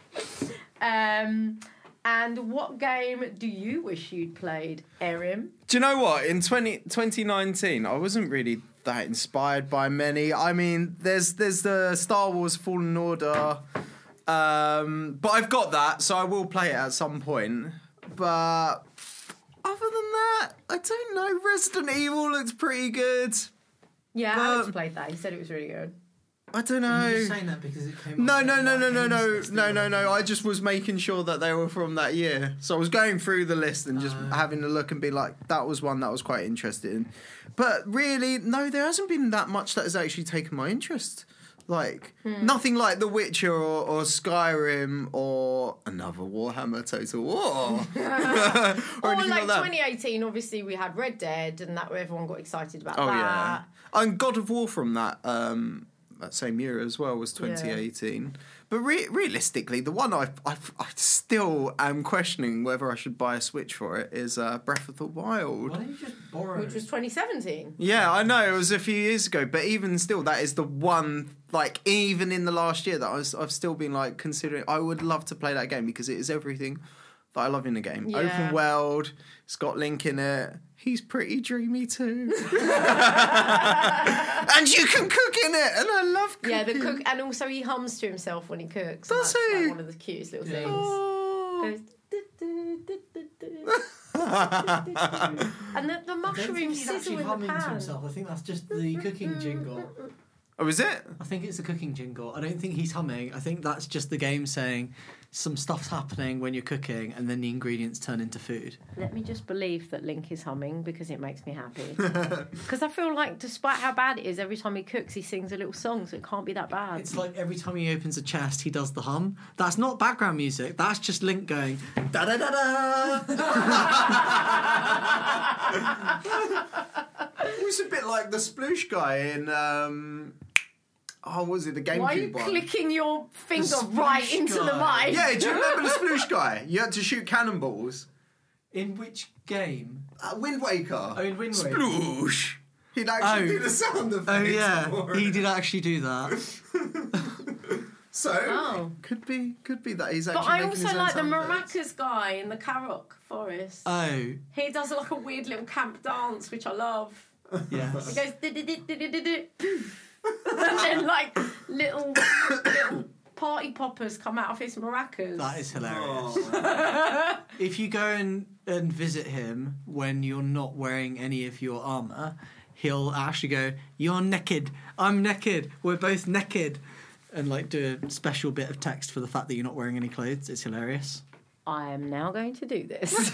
S3: um and what game do you wish you'd played erim
S1: Do you know what? In 20, 2019, I wasn't really that inspired by many. I mean, there's there's the Star Wars Fallen Order, um, but I've got that, so I will play it at some point. But other than that, I don't know. Resident Evil looks pretty good.
S3: Yeah, Alex
S1: But-
S3: played that. He said it was really good.
S1: I don't know.
S4: You're saying that because it came.
S1: No,
S4: up
S1: no,
S4: in
S1: no,
S4: that
S1: no, no,
S4: games
S1: no,
S4: list
S1: no,
S4: that
S1: no,
S4: was-
S1: no. I just was making sure that they were from that year. So I was going through the list and just having a look and be like, that was one that I was quite interested in. But really, no, there hasn't been that much that has actually taken my interest. Like nothing like The Witcher or, or Skyrim or another Warhammer Total War or
S3: Or
S1: anything like
S3: like
S1: that.
S3: 2018, obviously we had Red Dead, and that everyone got excited about
S1: Oh
S3: that.
S1: yeah, and God of War from that um, that same year as well was 2018. But re- realistically, the one I, I I still am questioning whether I should buy a Switch for it is uh, Breath of the Wild.
S4: Why don't you just borrow
S3: Which was 2017.
S1: Yeah, I know it was a few years ago, but even still, that is the one. Like even in the last year, that I was, I've still been like considering. I would love to play that game because it is everything that I love in a game.
S3: Yeah.
S1: Open world. It's got Link in it. He's pretty dreamy too, and you can cook in it, and I love cooking.
S3: Yeah, the cook, and also he hums to himself when he cooks. and
S1: Does
S3: that's like,
S1: he?
S3: one of the cutest little
S4: Yeah.
S3: things.
S1: Oh.
S3: Goes, "Du-du-du-du-du-du, du-du-du-du." and the, the mushrooms sizzle in the pan.
S4: I think that's just the cooking jingle.
S1: oh, is it?
S4: I think it's the cooking jingle. I don't think he's humming. I think that's just the game saying some stuff's happening when you're cooking, and then the ingredients turn into food.
S3: Let me just believe that Link is humming because it makes me happy. Because I feel like, despite how bad it is, every time he cooks, he sings a little song, so it can't be that bad.
S4: It's like every time he opens a chest, he does the hum. That's not background music. That's just Link going da da da da.
S1: It was a bit like the sploosh guy in. Um, oh, what was it the GameCube
S3: Why are you
S1: one?
S3: clicking your finger
S4: sploosh
S3: right into the
S4: guy.
S3: mic?
S1: yeah, do you remember the sploosh guy? You had to shoot cannonballs.
S4: In which game?
S1: Uh, Wind Waker.
S4: Oh, in Wind Waker.
S1: Sploosh. He'd actually
S4: Oh.
S1: do the sound effects.
S4: Oh yeah,
S1: for
S4: he
S1: it.
S4: did actually do that.
S1: So
S3: Oh.
S1: could be, could be that he's actually.
S3: But I
S1: making
S3: also
S1: his own
S3: like the
S1: sound effects. Uh,
S3: maracas guy in the Karok forest.
S4: Oh
S3: he does like a weird little camp dance, which I love. He
S4: yes.
S3: goes "Du-du-du-du-du-du-du, poof." and then like little little party poppers come out of his maracas.
S4: That is hilarious.
S1: Oh.
S4: If you go and, and visit him when you're not wearing any of your armor, he'll actually go, You're naked. I'm naked. We're both naked. And like do a special bit of text for the fact that you're not wearing any clothes. It's hilarious.
S3: I am now going to do this.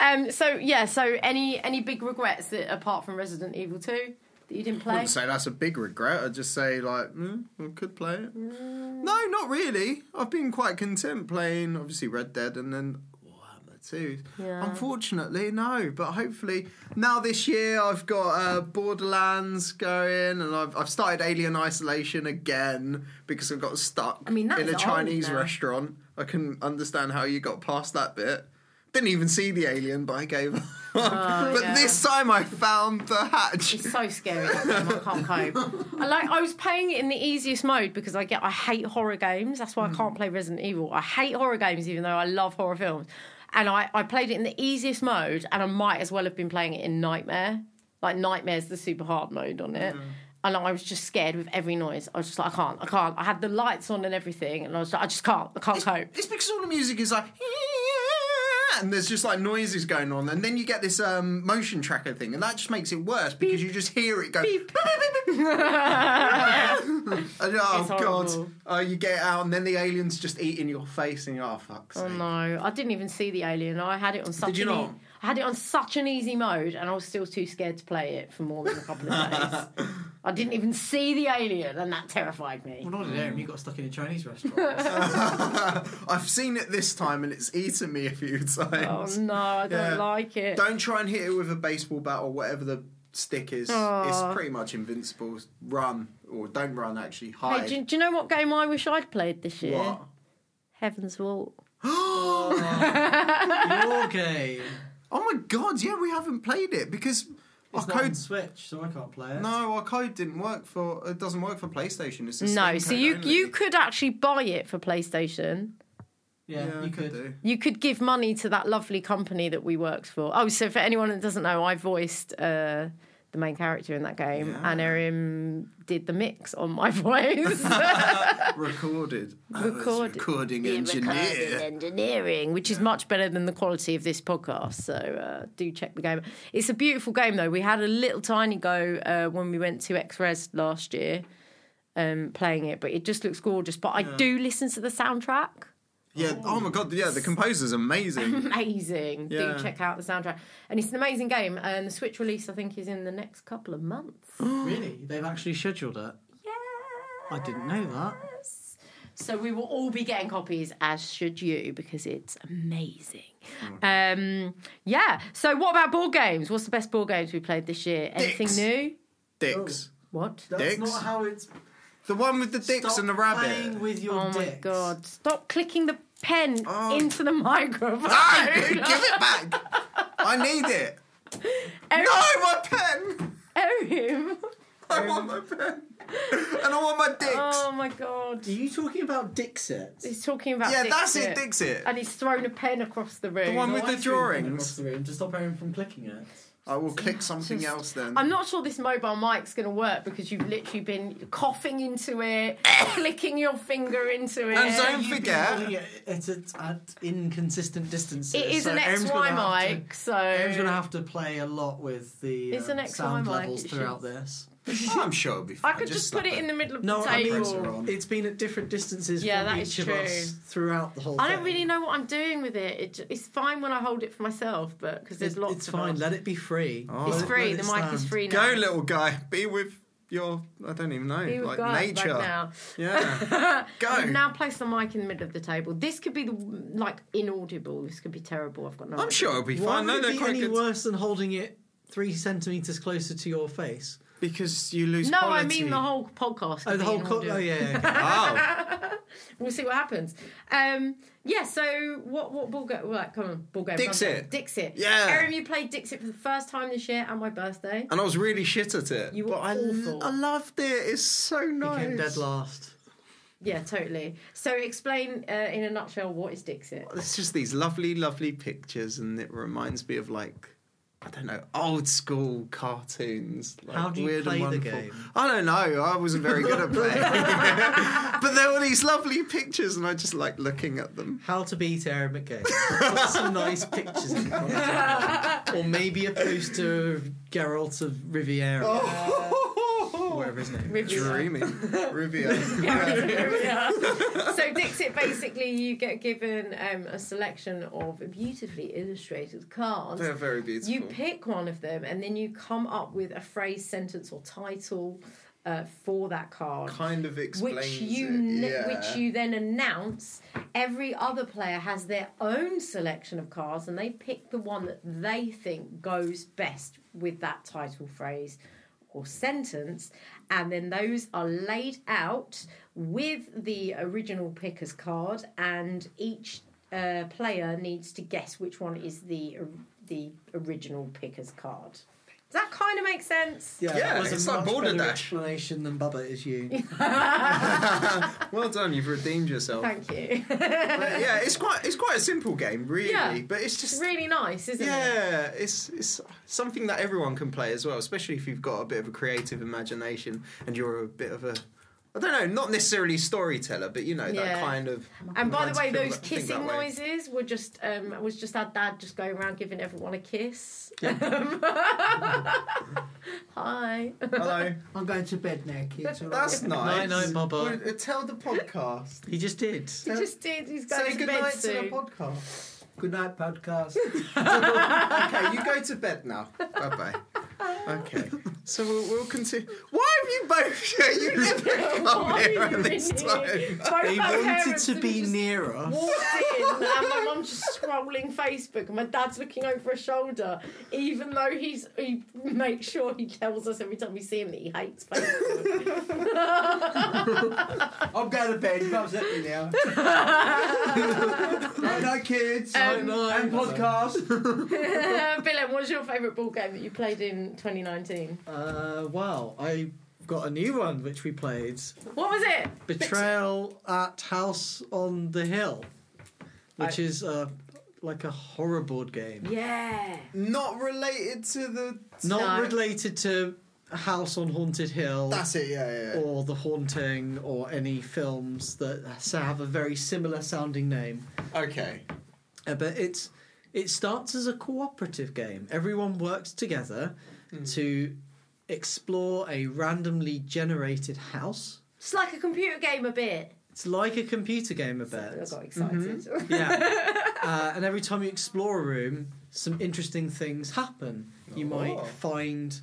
S3: um. So yeah. So any any big regrets that apart from Resident Evil Two that you didn't
S1: I
S3: play?
S1: wouldn't say that's a big regret. I'd just say like, mm, I could play it.
S3: Mm.
S1: No, not really. I've been quite content playing obviously Red Dead and then Warhammer 2.
S3: Yeah.
S1: Unfortunately, no. But hopefully now this year I've got uh, Borderlands going and I've I've started Alien Isolation again because I got stuck
S3: I mean, that
S1: in
S3: is
S1: a
S3: old
S1: Chinese
S3: now.
S1: restaurant. I can understand how you got past that bit. Didn't even see the alien, but I gave up. but
S3: Oh, yeah.
S1: this time I found the hatch.
S3: It's so scary. That game. I can't cope. I like. I was playing it in the easiest mode because I get. I hate horror games. That's why I can't play Resident Evil. I hate horror games, even though I love horror films. And I, I played it in the easiest mode, and I might as well have been playing it in Nightmare. Like Nightmare's the super hard mode on it. And I was just scared with every noise. I was just like, I can't, I can't. I had the lights on and everything, and I was like, I just can't, I can't cope.
S1: It's because all the music is like, and there's just like noises going on, and then you get this um, motion tracker thing, and that just makes it worse because you just hear it go.
S3: Beep.
S1: And, oh
S3: It's
S1: god!
S3: horrible.
S1: Oh, you get out, and then the aliens just eat in your face, and you're oh fuck.
S3: Oh no, I didn't even see the alien. I had it on such
S1: you
S3: an
S1: not?
S3: E- I had it on such an easy mode, and I was still too scared to play it for more than a couple of days. I didn't even see the alien, and that terrified me.
S4: Well, not in him, you got stuck in a Chinese restaurant.
S1: I've seen it this time, and it's eaten me a few times.
S3: Oh no, I don't
S1: Yeah.
S3: like it.
S1: Don't try and hit it with a baseball bat or whatever the stick is.
S3: Aw.
S1: It's pretty much invincible. Run or don't run. Actually, hide.
S3: Hey, do, do you know what game I wish I'd played this year?
S1: what?
S3: Heaven's Walk.
S4: Your game.
S1: Oh my god! Yeah, we haven't played it because our
S4: It's not on
S1: code
S4: Switch, so I can't play it.
S1: No, our code didn't work for. It doesn't work for PlayStation. It's a
S3: No,
S1: Steam
S3: so
S1: code
S3: you
S1: only.
S3: you could actually buy it for PlayStation.
S4: Yeah,
S1: Yeah, I
S4: you
S1: could
S4: could.
S1: do.
S3: You could give money to that lovely company that we worked for. Oh, so for anyone that doesn't know, I voiced uh, the main character in that game,
S1: Yeah.
S3: and Erin did the mix on my voice.
S1: recorded. I was
S3: Recorded.
S1: recording
S3: Yeah,
S1: engineer.
S3: recording engineering, which is much better than the quality of this podcast. So uh, do check the game. It's a beautiful game, though. We had a little tiny go uh, when we went to X Res last year um, playing it, but it just looks gorgeous. But I do listen to the soundtrack.
S1: Yeah. Oh my god. Yeah, the composer's amazing.
S3: amazing.
S1: Yeah.
S3: Do check out the soundtrack. And it's an amazing game. And the Switch release, I think, is in the next couple of months.
S4: Really? They've actually scheduled it. I didn't know that.
S3: Yes. So we will all be getting copies, as should you, because it's amazing.
S1: Mm.
S3: Um, yeah. So what about board games? What's the best board games we played this year? Anything
S1: Dicks.
S3: new?
S4: Oh.
S1: Dicks.
S3: What?
S2: That's
S1: Dicks?
S2: not how it's.
S1: The one with the dicks
S4: Stop
S1: and the
S4: playing
S1: rabbit.
S4: with your
S3: Oh my
S4: dicks.
S3: god! Stop clicking the pen
S1: Oh.
S3: into the microphone.
S1: Ah, give it back. I need it.
S3: Eric-
S1: No, my pen.
S3: Erin. Um,
S1: I want my pen. And I want my dicks.
S3: Oh my god!
S4: Are you talking about Dixit?
S3: He's talking about
S1: yeah,
S3: Dixit.
S1: that's it, Dixit.
S3: And he's thrown a pen across the room.
S1: The one with the
S4: Across
S1: drawings.
S4: the room to stop Aaron from clicking it.
S1: I will click something else then.
S3: I'm not sure this mobile mic's going to work because you've literally been coughing into it, flicking your finger into it.
S1: And so- Don't
S4: You've been
S1: forget-
S4: holding it at, at, at inconsistent distances.
S3: it is
S4: so
S3: an
S4: Aaron's gonna
S3: XY
S4: have to-
S3: mic, so
S4: Aaron's gonna have to play a lot with the
S3: It's an
S4: uh,
S3: XY
S4: sound
S3: mic,
S4: levels
S3: it
S4: throughout
S3: should-
S4: this.
S1: I'm sure it'll be
S3: I
S1: fine.
S3: could just, put it in the middle of
S4: No,
S3: the
S4: I mean-
S3: table.
S1: Razor on.
S4: It's been at different distances
S3: Yeah,
S4: from
S3: that
S4: each
S3: is
S4: of
S3: true.
S4: us throughout the whole.
S3: I don't
S4: thing.
S3: really know what I'm doing with it. it. ju- It's fine when I hold it for myself, but because there's
S4: It's,
S3: lots.
S4: it's
S3: of
S4: fine.
S3: us.
S4: Let it be free.
S1: Oh.
S3: It's
S4: Let it-
S3: free.
S4: let
S3: The
S4: it
S3: mic is
S4: stand.
S3: free now.
S1: Go, little guy. Be with your. I don't even know.
S3: Be with
S1: like
S3: God right
S1: nature.
S3: now.
S1: Yeah. Go.
S3: We've now place the mic in the middle of the table. This could be the like inaudible. This could be terrible. I've got no.
S1: I'm
S3: idea.
S1: sure it'll be
S4: Why
S1: fine.
S4: would
S1: No,
S4: it
S1: they're
S4: be
S1: quite
S4: any
S1: good.
S4: worse than holding it three centimeters closer to your face?
S1: Because you lose
S3: No,
S1: quality.
S3: I mean the whole podcast.
S4: Oh,
S3: could
S4: the
S3: be
S4: whole. Co-
S3: inaudible.
S4: oh, yeah. yeah, okay.
S1: Oh.
S3: We'll see what happens. Um, yeah. So what? What ball game? Right, come on, ball game.
S1: Dixit.
S3: Dixit.
S1: Yeah.
S3: Erin, you played Dixit for the first time this year and my birthday.
S1: And I was really shit at it.
S3: You were
S1: but I,
S3: awful.
S1: I loved it. It's so nice.
S4: Came dead last.
S3: Yeah, totally. So explain uh, in a nutshell what is Dixit.
S1: It's just these lovely, lovely pictures, and it reminds me of like. I don't know, old school cartoons. Like
S4: How do you
S1: weird
S4: play
S1: and
S4: the
S1: wonderful.
S4: game?
S1: I don't know. I wasn't very good at playing. but there were these lovely pictures, and I just like looking at them.
S4: How to beat Aaron McGay. Put some nice pictures in front of you. Or maybe a poster of Geralt of Riviera.
S1: Oh.
S4: Or whatever his name is.
S3: Riviera.
S1: Dreaming. uh, Riviera.
S3: Yeah. so Dixit basically you get given um, a selection of beautifully illustrated cards.
S1: They're very beautiful.
S3: You pick one of them and then you come up with a phrase, sentence, or title uh, for that card.
S1: kind of explains
S3: which you
S1: it.
S3: n-
S1: yeah.
S3: which you then announce every other player has their own selection of cards and they pick the one that they think goes best with that title phrase or sentence and then those are laid out with the original picker's card and each uh, player needs to guess which one is the the original picker's card does that kind of make sense
S1: Yeah,
S4: that was a
S1: it's like
S4: much
S1: Border
S4: better
S1: Dash.
S4: explanation than Bubba is you.
S1: Well done, you've redeemed yourself.
S3: thank you
S1: But yeah, it's quite it's quite a simple game, really.
S3: Yeah.
S1: But it's
S3: it's
S1: just
S3: really nice isn't it
S1: yeah, it's it's something that everyone can play as well, especially if you've got a bit of a creative imagination and you're a bit of a I don't know, not necessarily storyteller, but you know
S3: Yeah.
S1: that kind of.
S3: And by the
S1: Mine's
S3: way,
S1: feel
S3: those
S1: that- think
S3: kissing
S1: that way.
S3: noises were just um, was just our dad just going around giving everyone a kiss. Um, Hi.
S1: Hello,
S2: I'm going to bed now, kids. all
S1: that's
S2: right?
S1: nice.
S4: Night night, Bubba.
S1: Well, Tell the podcast.
S4: He just did.
S3: He just did. He's going
S1: Say
S3: to
S1: good
S3: bed
S1: night to the
S3: soon.
S1: podcast.
S2: Good night, podcast.
S1: okay, you go to bed now. Bye bye. Okay, so we'll, we'll continue. Why have you both? Yeah, you never come
S3: Why are
S1: here
S3: you
S1: at this
S3: in here?
S1: time.
S3: Both
S4: They
S3: our
S4: wanted
S3: parents
S4: to
S3: have
S4: be
S3: just
S4: near us.
S3: Walked in, and my mum's just scrolling Facebook, and my dad's looking over her shoulder, even though he's he makes sure he tells us every time we see him that he hates Facebook.
S2: I'm going to bed. Bub's at me now. Night night, kids.
S4: Oh,
S3: Um,
S2: and podcast.
S3: Bill, what's your favourite ball game that you played in 2019?
S4: Uh, wow, I got a new one which we played.
S3: What was it?
S4: Betrayal at House on the Hill, which
S3: I-
S4: is uh, like a horror board game.
S3: Yeah.
S1: Not related to the.
S4: Not
S3: No.
S4: related to House on Haunted Hill
S1: That's it. Yeah, yeah. yeah.
S4: or The Haunting or any films that s- have a very similar sounding name.
S1: Okay.
S4: Uh, but it's it starts as a cooperative game. Everyone works together to explore a randomly generated house.
S3: It's like a computer game a bit.
S4: It's like a computer game a
S3: I
S4: bit.
S3: got excited.
S4: Mm-hmm. yeah. Uh, and every time you explore a room, some interesting things happen. You might
S1: Oh.
S4: find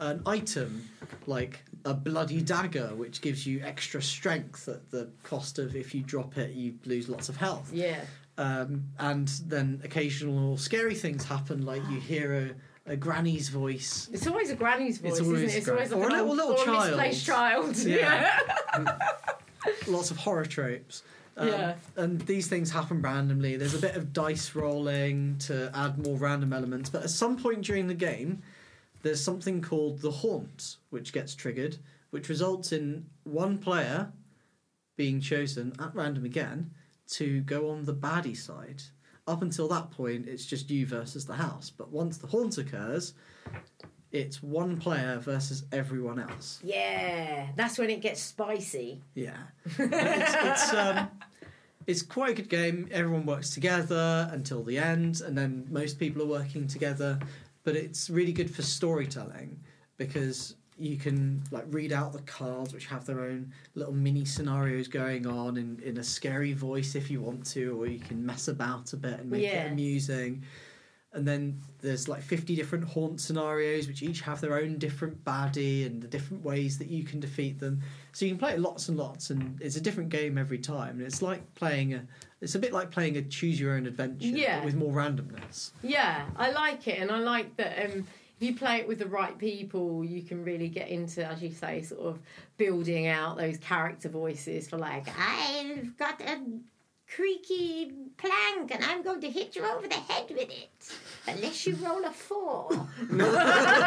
S4: an item like a bloody dagger, which gives you extra strength at the cost of if you drop it, you lose lots of health.
S3: yeah.
S4: Um, and then occasional scary things happen, like you hear a, a granny's voice.
S3: It's always a granny's voice,
S4: always
S3: isn't it? It's
S4: gran-
S3: always like
S4: or a
S3: an
S4: little-
S3: old-
S4: little
S3: or a
S4: child.
S3: misplaced child.
S4: Yeah.
S3: yeah.
S4: lots of horror tropes. Um,
S3: Yeah.
S4: And these things happen randomly. There's a bit of dice rolling to add more random elements. But at some point during the game, there's something called the haunt, which gets triggered, which results in one player being chosen at random again to go on the baddie side. Up until that point, it's just you versus the house. But once the haunt occurs, it's one player versus everyone else.
S3: Yeah, that's when it gets spicy.
S4: Yeah, it's it's, um, it's quite a good game. Everyone works together until the end, and then most people are working together. But it's really good for storytelling because you can like read out the cards, which have their own little mini scenarios going on in, in a scary voice if you want to, or you can mess about a bit and make
S3: Yeah.
S4: it amusing. And then there's like 50 different haunt scenarios, which each have their own different baddie and the different ways that you can defeat them. So you can play it lots and lots, and it's a different game every time. And it's like playing a, it's a bit like playing a choose your own adventure,
S3: Yeah.
S4: but with more randomness.
S3: Yeah, I like it, and I like that. Um, if you play it with the right people, you can really get into, as you say, sort of building out those character voices for like, I've got a creaky plank, and I'm going to hit you over the head with it, unless you roll a four. so,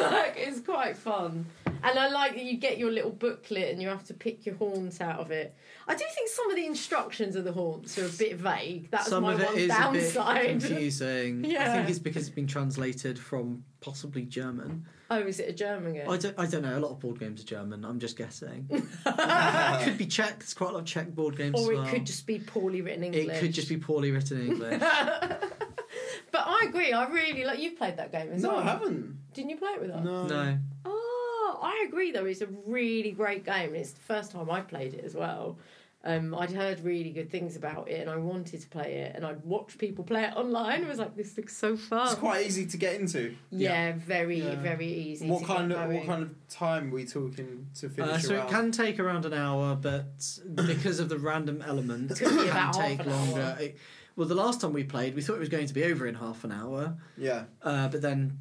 S3: like, it's quite fun. And I like that you get your little booklet and you have to pick your haunts out of it. I do think some of the instructions of the haunts are a bit vague. That's
S4: Some
S3: my
S4: of it
S3: one
S4: is a
S3: downside.
S4: bit confusing. I
S3: Yeah.
S4: think it's because it's been translated from possibly German.
S3: oh, is it a German game?
S4: I don't, I don't know. A lot of board games are German. I'm just guessing. it could be Czech. There's quite a lot of Czech board games as
S3: or it
S4: well.
S3: could just be poorly written
S4: It
S3: English.
S4: could just be poorly written English.
S3: But I agree. I really like. You've played that game as
S1: No,
S3: well.
S1: I haven't.
S3: Didn't you play it with us?
S1: No.
S4: no.
S3: Oh, I agree though. It's a really great game. It's the first time I played it as well. Um, I'd heard really good things about it, and I wanted to play it. And I'd watched people play it online. I was like, "This looks so fun!"
S1: It's quite easy to get into.
S3: yeah, very,
S1: Yeah.
S3: very easy.
S1: What
S3: to get
S1: kind of
S3: going.
S1: what kind of time we talking to finish
S4: Uh, so
S1: around?
S4: it can take around an hour, but because of the random element, it
S3: It's gonna be
S4: can
S3: about half
S4: take
S3: an hour.
S4: longer. It- well, the last time we played, we thought it was going to be over in half an hour,
S1: Yeah.
S4: uh, but then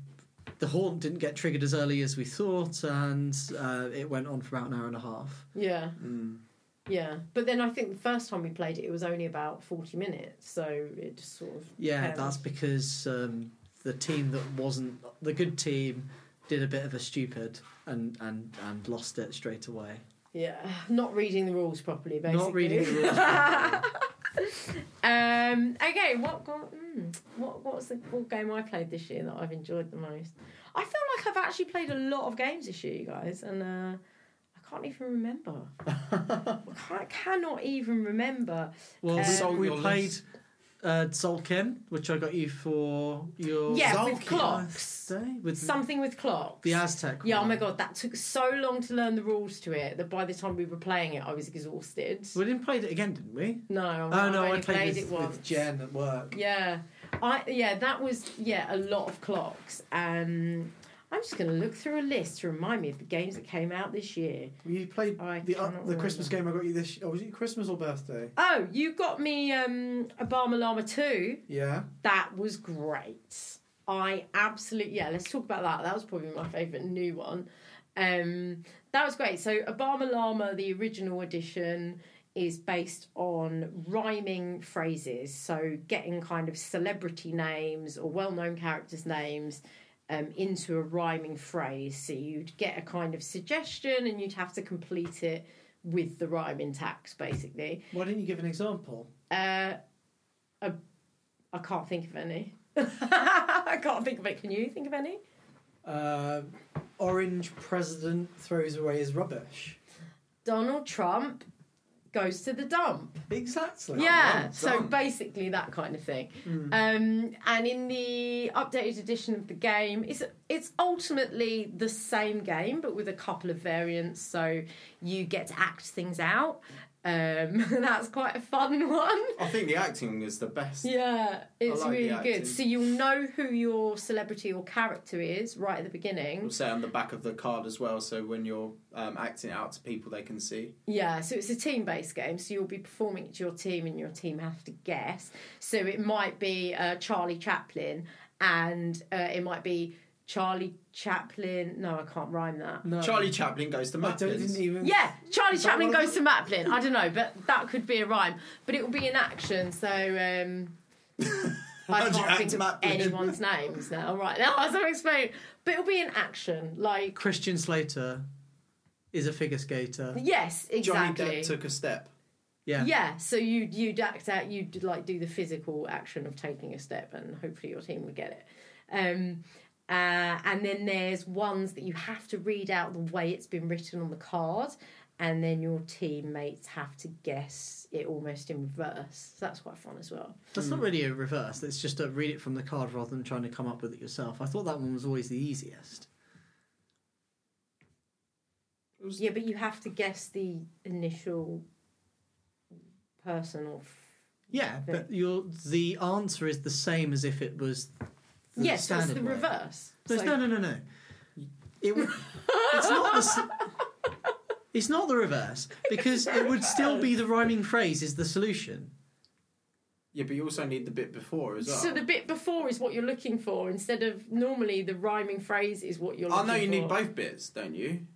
S4: the haunt didn't get triggered as early as we thought, and uh, it went on for about an hour and a half.
S3: Yeah,
S1: Mm.
S3: yeah. But then I think the first time we played it, it was only about forty minutes, so it just sort of
S4: Yeah,
S3: Yeah.
S4: that's because um, the team that wasn't the good team did a bit of a stupid and and and lost it straight away.
S3: yeah, not reading the rules properly. Basically,
S4: Not reading the rules. properly.
S3: Um, okay, what go- mm, what what's the what game I played this year that I've enjoyed the most? I feel like I've actually played a lot of games this year, you guys, and uh, I can't even remember. I can't- cannot even remember.
S4: Well,
S3: Uh,
S4: we-
S1: Sold
S4: we,
S1: your
S4: played
S1: list.
S4: uh, Zolkin, which I got you for your
S3: Yeah,
S1: Zolkin.
S3: with clocks,
S4: birthday with
S3: something with clocks.
S4: the Aztec.
S3: yeah, oh
S4: one.
S3: my god, that took so long to learn the rules to it that by the time we were playing it, I was exhausted.
S4: We didn't play it again, didn't we?
S3: No,
S4: oh
S3: I've
S4: no,
S3: only
S4: I played,
S3: it
S4: with,
S3: once.
S4: with Jen at work.
S3: Yeah, I yeah that was yeah a lot of clocks. Um, I'm just gonna look through a list to remind me of the games that came out this year.
S5: You played
S3: I
S5: the uh,
S3: cannot
S5: the Christmas game I got you this. Oh, was it Christmas or birthday?
S3: Oh, you got me um, a Barma Llama two.
S5: Yeah.
S3: That was great. I absolutely yeah. Let's talk about that. That was probably my favourite new one. Um, that was great. So Obama Llama, the original edition, is based on rhyming phrases. So getting kind of celebrity names or well-known characters' names um, into a rhyming phrase. So you'd get a kind of suggestion and you'd have to complete it with the rhyme intact, basically.
S4: Why didn't you give an example?
S3: Uh, a, I can't think of any. I can't think of it. Can you think of any?
S4: Uh, orange president throws away his rubbish.
S3: Donald Trump goes to the dump.
S2: Oh,
S4: Exactly.
S3: yeah,
S1: well
S3: so
S1: done.
S3: basically that kind of thing. Um, and in the updated edition of the game, it's it's ultimately the same game but with a couple of variants so you get to act things out um, that's quite a fun one
S1: I think the acting is the best.
S3: yeah, it's
S1: like the
S3: really
S1: acting.
S3: good. So you'll know who your celebrity or character is right at the beginning.
S1: We'll say on the back of the card as well, so when you're um, acting out to people, they can see.
S3: Yeah, so it's a team based game. So you'll be performing it to your team, and your team have to guess. So it might be uh, Charlie Chaplin, and uh, it might be Charlie Chaplin. No, I can't rhyme that.
S2: No.
S1: Charlie Chaplin goes to
S2: I don't, didn't
S1: Maplins.
S2: even.
S3: Yeah, Charlie
S2: Is that
S3: Chaplin
S2: one of
S3: goes to Maplin. I don't know, but that could be a rhyme. But it will be in action, so um,
S1: How
S3: I
S1: do you
S3: can't
S1: act
S3: think of
S1: Maplin?
S3: anyone's names now. Right now, as I'm explaining, but it'll be in action. Like
S4: Christian Slater is a figure skater.
S3: yes,
S1: Johnny
S3: exactly.
S1: Depp took a step.
S4: Yeah.
S3: Yeah, so you you'd act out, you'd like do the physical action of taking a step, and hopefully your team would get it. Um, uh, and then there's ones that you have to read out the way it's been written on the card, and then your teammates have to guess it almost in reverse. So that's quite fun as well.
S4: That's
S1: Hmm.
S4: not really a reverse. It's just a read it from the card rather than trying to come up with it yourself. I thought that one was always the easiest.
S3: Yeah, but you have to guess the initial person or. F-
S4: Yeah, but your the answer is the same as if it was. The
S3: yes, that's the
S4: standard way.
S3: reverse.
S4: No, it's-
S3: So-
S4: no, no, no, no. It would. it's not the. s- It's not the reverse because it would still be the rhyming phrase is the solution.
S1: Yeah, but you also need the bit before as well.
S3: So the bit before is what you're looking for instead of normally the rhyming phrase is what you're
S1: I
S3: looking for.
S1: know you need both bits, don't you?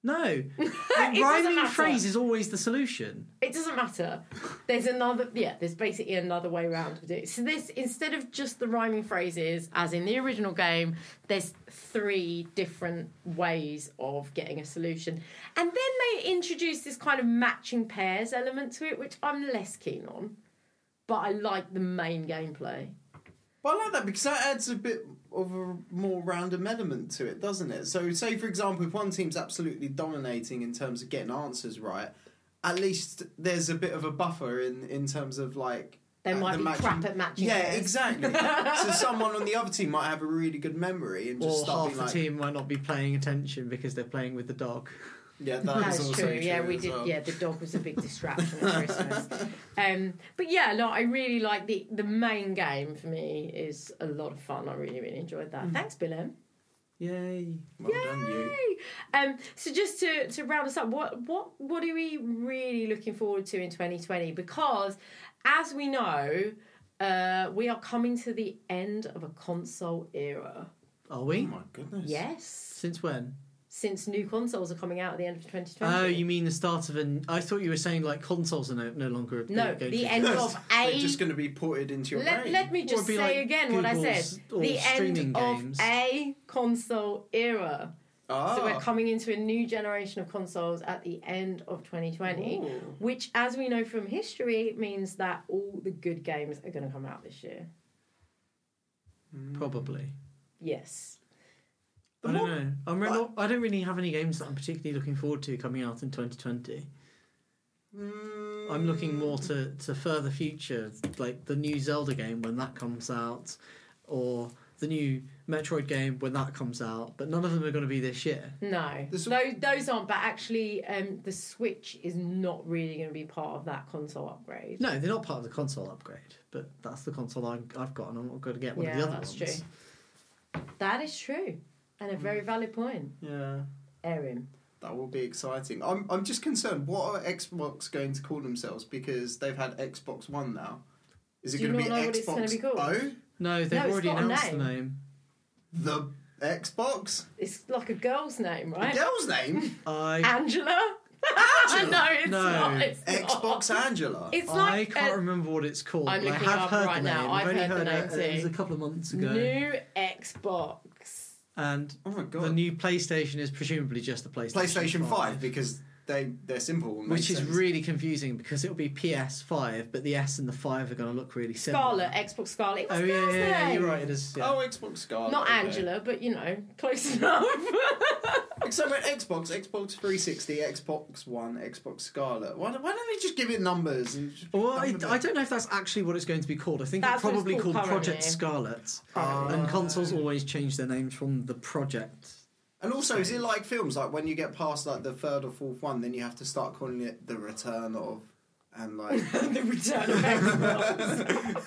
S4: No,
S3: doesn't
S4: rhyming
S3: matter.
S4: phrase is always the solution.
S3: It doesn't matter. There's another, yeah, there's basically another way around of it. So this, instead of just the rhyming phrases, as in the original game, there's three different ways of getting a solution. And then they introduce this kind of matching pairs element to it, which I'm less keen on. But I like the main gameplay.
S1: But I like that because that adds a bit of a more random element to it, doesn't it? So, say for example, if one team's absolutely dominating in terms of getting answers right, at least there's a bit of a buffer in in terms of like.
S3: They
S1: uh,
S3: might
S1: the
S3: be
S1: matching-
S3: crap at matching
S1: Yeah,
S3: pairs.
S1: exactly. so someone on the other team might have a really good memory and just
S4: Or
S1: start
S4: half
S1: being
S4: the
S1: like,
S4: team might not be paying attention because they're playing with the dog.
S1: "Yeah, that
S3: That's
S1: is also
S3: true. Yeah, we
S1: as
S3: did.
S1: well.
S3: Yeah, the dog was a big distraction at Christmas. Um, but yeah, no, I really like the the main game for me is a lot of fun. I really really enjoyed
S1: Mm.
S3: that. Thanks, Bill M.
S4: Yay!
S1: Well done, you.
S3: Yay! Um, so just to, to round us up, what what what are we really looking forward to in 2020? Because as we know, uh, we are coming to the end of a console era.
S4: Are
S1: Oh
S4: we?
S1: my goodness.
S3: Yes,
S4: Since when?
S3: since new consoles are coming out at the end of 2020.
S4: Oh, you mean the start of an? I thought you were saying like consoles are no, no longer. a
S3: no,
S4: video game
S3: the
S4: feature.
S3: end of
S1: They're
S3: a
S1: just going to be ported into your
S3: Let,
S1: brain.
S3: let me
S4: Or
S3: just
S4: be
S3: say
S4: like
S3: again what I
S4: Google's
S3: said.
S4: or
S3: The
S4: streaming
S3: end
S4: games.
S3: of a console era.
S1: Ah.
S3: So we're coming into a new generation of consoles at the end of 2020,
S1: Ooh.
S3: which, as we know from history, means that all the good games are going to come out this year.
S4: probably.
S3: Yes.
S4: I don't know. I'm re-
S1: I-
S4: not- I don't really have any games that I'm particularly looking forward to coming out in 2020. I'm looking more to, to further future, like the new Zelda game when that comes out, or the new Metroid game when that comes out. But none of them are going to be this year.
S3: No.
S1: This-
S3: Tho- those aren't, but actually, um, the Switch is not really going to be part of that console upgrade.
S4: No, they're not part of the console upgrade, but that's the console i I've got, and I'm not going to get one
S3: yeah,
S4: of the other
S3: that's
S4: ones. Hmm.
S3: true. That is true. And a very valid point,
S1: Yeah.
S3: Erin.
S1: That will be exciting. I'm, I'm just concerned. What are Xbox going to call themselves? Because they've had Xbox One now. Is it
S3: Do you
S1: going to be
S3: not know what it's
S1: Xbox
S3: gonna be called?
S1: O?
S4: No, they've
S3: No, it's
S4: already
S3: got a
S4: announced the
S3: name.
S4: name.
S1: The Xbox?
S3: It's like a girl's name,
S1: The
S3: right?
S1: girl's name?
S3: Ah,
S4: I
S3: Angela. no, it's
S4: No.
S3: not. It's Not.
S1: Xbox Angela.
S3: It's
S4: I
S3: like
S4: can't
S3: a
S4: remember what it's called.
S3: I'm
S4: but I
S3: looking it
S4: have
S3: up
S4: heard
S3: right
S4: the name.
S3: now.
S4: I've,
S3: I've
S4: only
S3: heard
S4: heard,
S3: the
S4: it,
S3: name
S4: it was
S3: too.
S4: a couple of months ago.
S3: new Xbox.
S4: And
S1: oh my
S4: the
S1: god. Oh
S4: new PlayStation is presumably just the PlayStation.
S1: PlayStation 5, because they they're simple. and
S4: Which
S1: make
S4: is
S1: sense.
S4: really confusing because it'll be PS5, but the S and the 5 are going to look really similar.
S3: Scarlet, Xbox Scarlet. It was
S4: Oh, yeah, yeah,
S3: Thursday.
S4: yeah, you're right. It is. Yeah.
S1: Oh, Xbox Scarlet.
S3: Not
S1: okay.
S3: Angela, but you know, close enough.
S1: So when Xbox, Xbox 360, Xbox One, Xbox Scarlet. Why, why don't they just give it numbers? And just
S4: Well, I,
S1: dump it?
S4: I don't know if that's actually what it's going to be called. I think
S3: That's
S4: it's
S3: what it's
S4: probably
S3: called
S4: called, Project
S3: currently.
S4: Scarlet.
S1: Uh,
S4: and consoles always change their names from the project.
S1: And also, is it like films? Like when you get past like the third or fourth one, then you have to start calling it the Return of, and like
S3: the return of Xbox.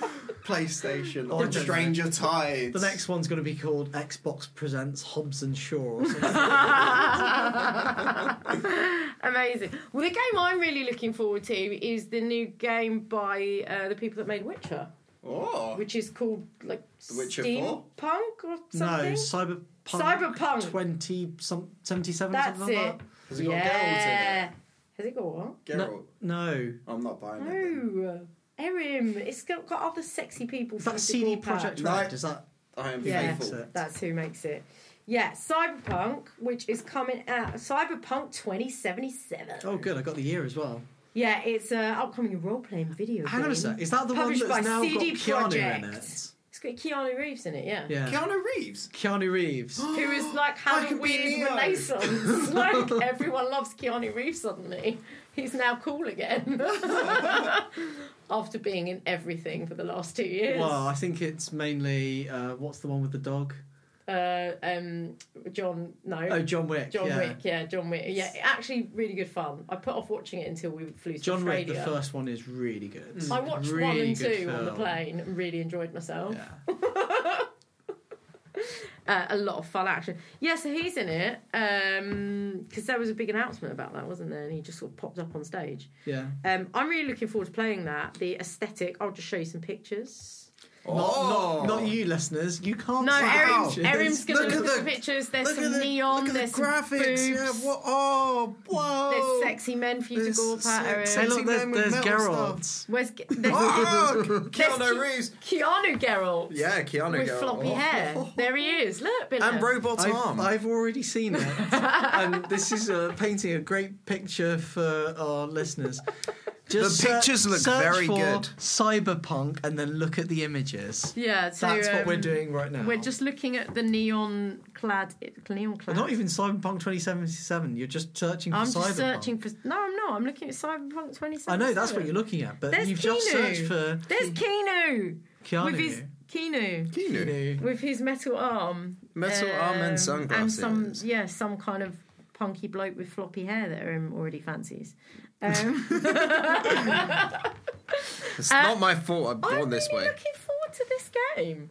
S1: PlayStation
S4: Or
S1: or
S4: the-
S1: Stranger Tides.
S4: The next one's going to be called Xbox Presents Hobbs and Shaw or something.
S3: Amazing. Well, the game I'm really looking forward to is the new game by uh, the people that made Witcher,
S1: Oh,
S3: which is called like
S1: The Witcher
S3: Steampunk
S1: 4?
S3: or
S4: no,
S3: something.
S4: Cyberpunk.
S3: Cyberpunk.
S4: 20 some, 77
S3: That's
S4: something like
S3: it.
S4: that.
S1: has it got
S3: yeah. Has it got what?
S1: Geralt in it? Geralt.
S4: No.
S1: I'm not buying it.
S3: No. Erin. It's got, got other sexy people.
S4: Is
S3: from
S4: that
S3: the
S4: CD
S3: Gore Pack.
S4: Project
S1: No.
S4: Red? Is that
S1: I am
S3: Yeah.
S1: faithful.
S4: it?
S3: That's who makes it. Yeah, Cyberpunk, which is coming out. Cyberpunk 2077.
S4: Oh, good. I got the year as well.
S3: Yeah, it's an upcoming role playing video
S4: Hang
S3: game.
S4: on a sec. Is that the one
S3: Published by
S4: that's now
S3: CD
S4: got Keanu in
S3: Projekt.
S4: it?
S3: It's got Keanu Reeves in it, yeah.
S4: Yeah.
S1: Keanu Reeves.
S4: Keanu Reeves.
S3: Who is like
S1: I
S3: had a
S1: could be
S3: weird
S1: Neo.
S3: renaissance. like everyone loves Keanu Reeves suddenly. He's now cool again. After being in everything for the last two years.
S4: Well, I think it's mainly uh, what's the one with the dog?
S3: Uh, um, John, no.
S4: Oh, John Wick.
S3: John
S4: yeah.
S3: Wick, yeah, John Wick. Yeah, actually really good fun. I put off watching it until we flew to
S4: John Wick,
S3: Australia. Mm.
S4: the first one is really good.
S3: I watched one
S4: Really
S3: and
S4: good
S3: two on the
S4: film.
S3: plane and really enjoyed myself.
S4: Yeah.
S3: Uh, a lot of fun action. Yeah, so he's in it because there was a big announcement about that, wasn't there? And he just sort of popped up on stage.
S4: yeah.
S3: Um, I'm really looking forward to playing that. The aesthetic, I'll just show you some pictures.
S1: Oh,
S4: Not, not, not you, listeners. You can't.
S3: No,
S4: see
S1: Wow.
S3: Erin,
S4: pictures.
S3: Erin's going to
S1: Look
S3: look,
S1: at
S3: at the
S1: the-
S3: pictures. There's
S1: Look
S3: some
S1: at the,
S3: neon,
S1: Look at
S3: there's
S1: the
S3: some
S1: graphics. Yeah.
S3: boobs,
S1: What? Oh, whoa.
S3: there's sexy men for you
S1: There's
S3: to gore pat,
S1: sex-
S3: Erin.
S4: Hey, look,
S1: Sexy
S4: there's,
S1: men with
S4: there's
S1: metal
S4: Geralt.
S3: Where's Ge- there's
S1: Oh,
S3: There's
S1: Keanu
S3: Ke-
S1: Reeves.
S3: Keanu Geralt?
S1: Yeah, Keanu
S3: with
S1: Geralt.
S3: floppy
S1: Oh.
S3: hair. There he is. Look, Bill.
S1: And robot arm.
S4: I've, I've already seen it, and this is uh, painting a great picture for our listeners. Just
S1: The
S4: ser-
S1: pictures look
S4: search
S1: very
S4: for
S1: good.
S4: Cyberpunk, and then look at the images.
S3: Yeah, so
S4: That's what
S3: um,
S4: we're doing right now.
S3: We're just looking at the neon clad, neon clad.
S4: not even Cyberpunk 2077. You're just searching for
S3: I'm
S4: Cyberpunk.
S3: just searching for. No, I'm not. I'm looking at Cyberpunk 2077.
S4: I know that's what you're looking at, but
S3: There's
S4: you've just
S3: Keanu.
S4: searched for
S3: There's Keanu
S4: Keanu.
S3: with his Keanu
S1: Keanu.
S4: Keanu.
S3: with his metal arm,
S1: Metal arm and
S3: Um, and some
S1: sunglasses.
S3: yeah, some kind of punky bloke with floppy hair that Erin already fancies. Um,
S1: It's not my fault. I'm
S3: I'm
S1: born
S3: really
S1: this way.
S3: looking forward to this game.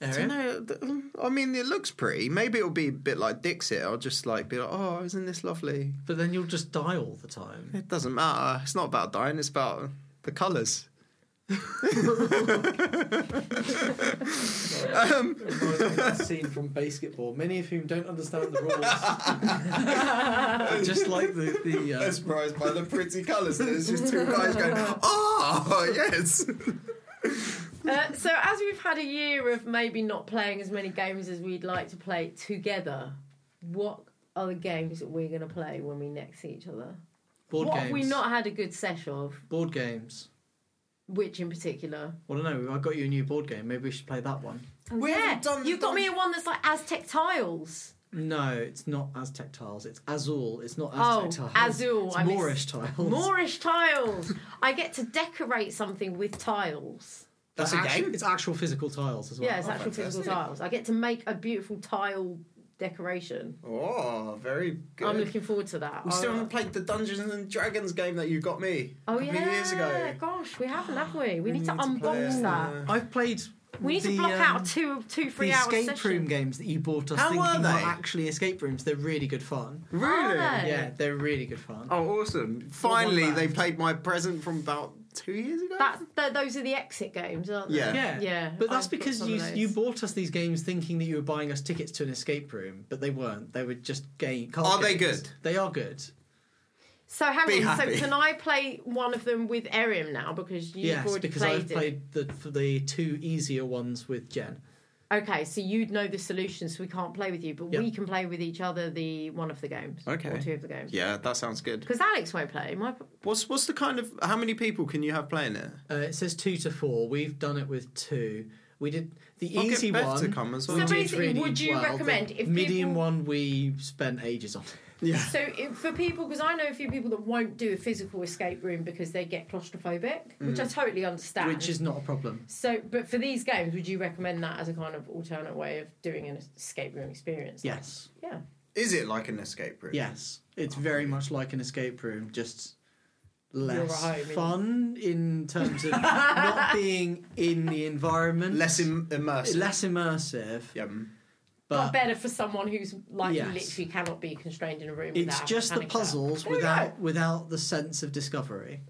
S4: Area.
S1: know. th- I mean, it looks pretty. Maybe it'll be a bit like Dixit. I'll just like be like, oh, isn't this lovely?
S4: But then you'll just die all the time.
S1: It doesn't matter. It's not about dying. It's about the colours. Um,
S5: that scene from Basketball, many of whom don't understand the rules.
S3: Uh,
S4: just like the the. Uh,
S1: surprised by the pretty colours. There's just two guys going, oh yes.
S3: Uh, so as we've had a year of maybe not playing as many games as we'd like to play together, what are the games that we're going to play when we next see each other?
S4: Board
S3: what
S4: games.
S3: have we not had a good sesh of?
S4: Board games.
S3: Which in particular?
S4: Well, I don't know. I got you a new board game. Maybe we should play that one.
S1: We haven't done-
S3: you got
S1: done-
S3: me a one that's like Aztec tiles.
S4: No, it's not Aztec tiles. It's Azul. It's not
S3: Oh,
S4: Aztec tiles.
S3: Azul,
S4: It's
S3: I miss-
S4: Moorish tiles.
S3: Moorish tiles. I get to decorate something with tiles.
S4: That's
S1: But
S4: a
S1: actu-
S4: game. It's actual physical tiles as well.
S3: Yeah, it's actual physical
S1: Oh, fantastic.
S3: tiles. I get to make a beautiful tile decoration.
S1: Oh, very good.
S3: I'm looking forward to that. Oh.
S1: we still
S3: I-
S1: haven't played the Dungeons and Dragons game that you got me a
S3: oh
S1: couple
S3: yeah,
S1: of years ago.
S3: gosh, we haven't, have we? We, need, to unbox
S1: play,
S3: that.
S1: uh,
S4: I've played.
S3: We need to
S4: the,
S3: block
S4: um,
S3: out two, two, three
S4: the
S3: hours.
S4: escape
S3: session.
S4: room games that you bought us
S1: How
S4: thinking
S1: are
S4: were
S1: they?
S4: actually escape rooms. They're really good fun.
S1: Really?
S3: Ah. Hey.
S4: Yeah, they're really good fun.
S1: Oh, awesome! Finally,
S4: one
S1: they
S4: left.
S1: played my present from about two years ago.
S3: That's th- those are the exit games, aren't they?
S1: Yeah.
S4: Yeah.
S3: Yeah,
S4: But that's
S3: I've got
S4: because
S3: some
S4: you
S3: of those.
S4: you bought us these games thinking that you were buying us tickets to an escape room, but they weren't. They were just game. card
S1: Are they
S4: games.
S1: good?
S4: They are good.
S3: So hang
S1: Be
S3: on.
S1: happy.
S3: So can I play one of them with Erim now because you've
S4: yes,
S3: already
S4: because
S3: played
S4: I've
S3: it?
S4: played the for the two easier ones with Jen.
S3: okay, so you'd know the solution, so we can't play with you, but
S4: Yeah.
S3: we can play with each other the one of the games. Or
S1: Okay.
S3: two of the games.
S1: Yeah, that sounds good.
S3: Because Alex won't play. My,
S1: What's what's the kind of how many people can you have playing it?
S4: Uh, it says two to four. We've done it with two. We did the
S1: I'll get
S4: easy
S1: Beth
S4: one.
S1: to come as
S4: we
S1: well.
S3: So
S4: did
S3: basically, would you
S4: the
S3: recommend if
S4: medium
S3: people-
S4: one? We spent ages on.
S3: so if, for people, because I know a few people that won't do a physical escape room because they get claustrophobic, which I totally understand.
S4: Mm. which is not a problem.
S3: so, but for these games, would you recommend that as a kind of alternate way of doing an escape room experience?
S4: Yes,
S3: Yeah.
S1: Is it like an escape room?
S4: yes, it's
S1: Oh,
S4: very much like an escape room, just less
S3: You're at home,
S4: fun in terms of not being in the environment,
S1: Less Im- immersive.
S4: less immersive,
S1: Yeah. mm.
S3: But,
S4: but.
S3: better for someone who's like
S4: Yes.
S3: literally cannot be constrained in a room.
S4: It's
S3: without
S4: just the
S3: panic attack.
S4: puzzles
S3: There we
S4: without without the sense of discovery.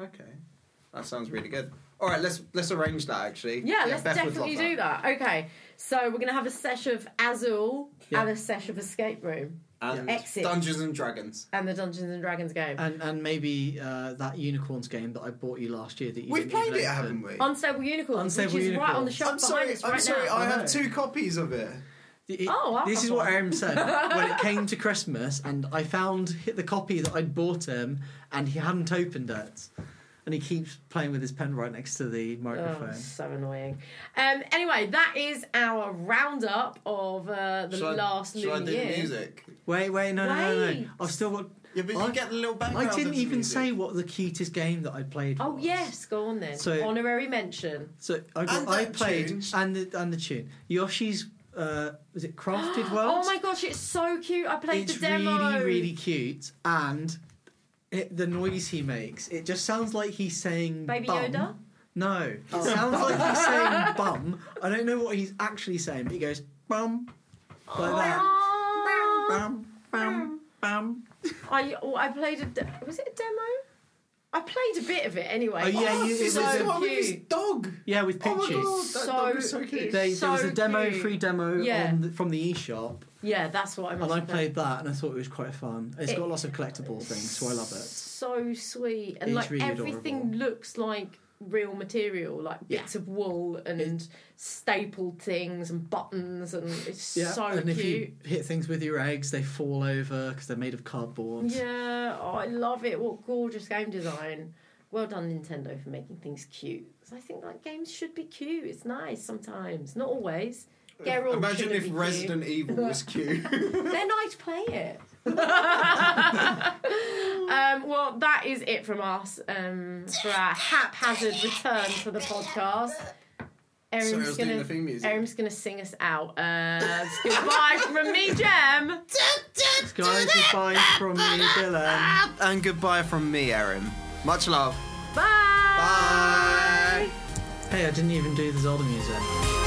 S1: Okay. That sounds really good. All right, let's let's arrange that actually.
S3: Yeah, let's
S1: Beth would
S3: definitely
S1: love
S3: do that. Okay, so we're gonna have a sesh of Azul
S4: Yeah.
S3: and a sesh of Escape Room
S1: And
S3: Exit.
S1: Dungeons and Dragons.
S3: and the Dungeons and Dragons game.
S4: And and maybe uh, that unicorns game that I bought you last year that you
S1: We've
S4: didn't even
S1: played it,
S4: open.
S1: haven't we?
S3: Unstable Unicorns,
S4: Unstable
S3: which is right on the
S4: Unicorns.
S3: shelf
S1: I'm sorry.
S3: behind us right
S1: I'm sorry.
S3: now.
S1: I
S4: know.
S1: have two copies of it.
S4: It-
S3: Oh, I'll
S4: this
S3: have
S4: is what
S3: one.
S4: Aaron said when it came to Christmas, and I found hit the copy that I'd bought him, and he hadn't opened it, and he keeps playing with his pen right next to the
S3: Oh,
S4: microphone.
S3: so annoying. Um, anyway, that is our roundup of uh, the
S1: Shall I-
S3: last
S1: shall I
S3: lunar
S1: do
S3: year.
S1: music?
S4: Wait, wait, no, no, no,
S3: Wait.
S4: no! I've still got.
S1: Yeah, but
S4: I-
S1: you get the little background.
S4: I didn't
S1: of the
S4: even
S1: music.
S4: say what the cutest game that I played.
S3: Oh
S4: was.
S3: yes, go on then.
S4: So-
S3: Honorary mention.
S4: So I, got,
S1: And
S4: I
S1: that
S4: played
S1: tune.
S4: and the and the tune Yoshi's. Uh, was it Crafted World?
S3: Oh my gosh, it's so cute. I played
S4: it's
S3: the demo.
S4: really really cute and it, the noise he makes it just sounds like he's saying
S3: Baby
S4: bum.
S3: Yoda? Oh.
S4: no it sounds like he's saying bum i don't know what he's actually saying but he goes bum like
S3: Oh
S4: that
S3: Aw.
S4: bum bum bum
S3: I oh, I played a de- was it a demo? I played a bit of it anyway.
S4: Oh, yeah,
S1: Oh,
S4: you-
S1: this is
S4: it was
S1: the
S4: a-
S1: one with his dog.
S4: yeah with
S1: Oh my
S4: pictures
S1: God, that
S3: So
S1: dog is so cute.
S3: cute.
S4: They, there was
S3: So
S4: a demo,
S3: cute.
S4: free demo
S3: Yeah.
S4: on the, from the eShop,
S3: Yeah, that's what I
S4: and
S3: must
S4: I
S3: have played.
S4: played that, and I thought it was quite fun. It's
S3: It-
S4: got lots of collectible things, so I love it.
S3: So sweet, and
S4: It's
S3: like
S4: really
S3: everything
S4: adorable.
S3: looks like real material, like
S4: Yeah.
S3: bits of wool and stapled things and buttons, and it's
S4: Yeah,
S3: so
S4: and if
S3: cute.
S4: you hit things with your eggs, they fall over because they're made of cardboard.
S3: Yeah, oh, I love it. What gorgeous game design. Well done, Nintendo, for making things cute. 'Cause I think like games should be cute. It's nice sometimes, not always. Geralt
S1: Imagine
S3: shouldn't
S1: if
S3: be cute.
S1: Resident Evil was cute.
S3: They're nice play it. um, well, that is it from us um, for our haphazard return to the podcast.
S1: Sorry, I
S3: Erim's
S1: was doing
S3: gonna,
S1: the theme music.
S3: Erim's gonna sing us out. Uh, it's goodbye from me, Jem.
S4: Guys, goodbye from me, Dylan.
S1: and goodbye from me, Erin. Much love.
S3: Bye.
S1: Bye.
S4: Hey, I didn't even do the Zelda music.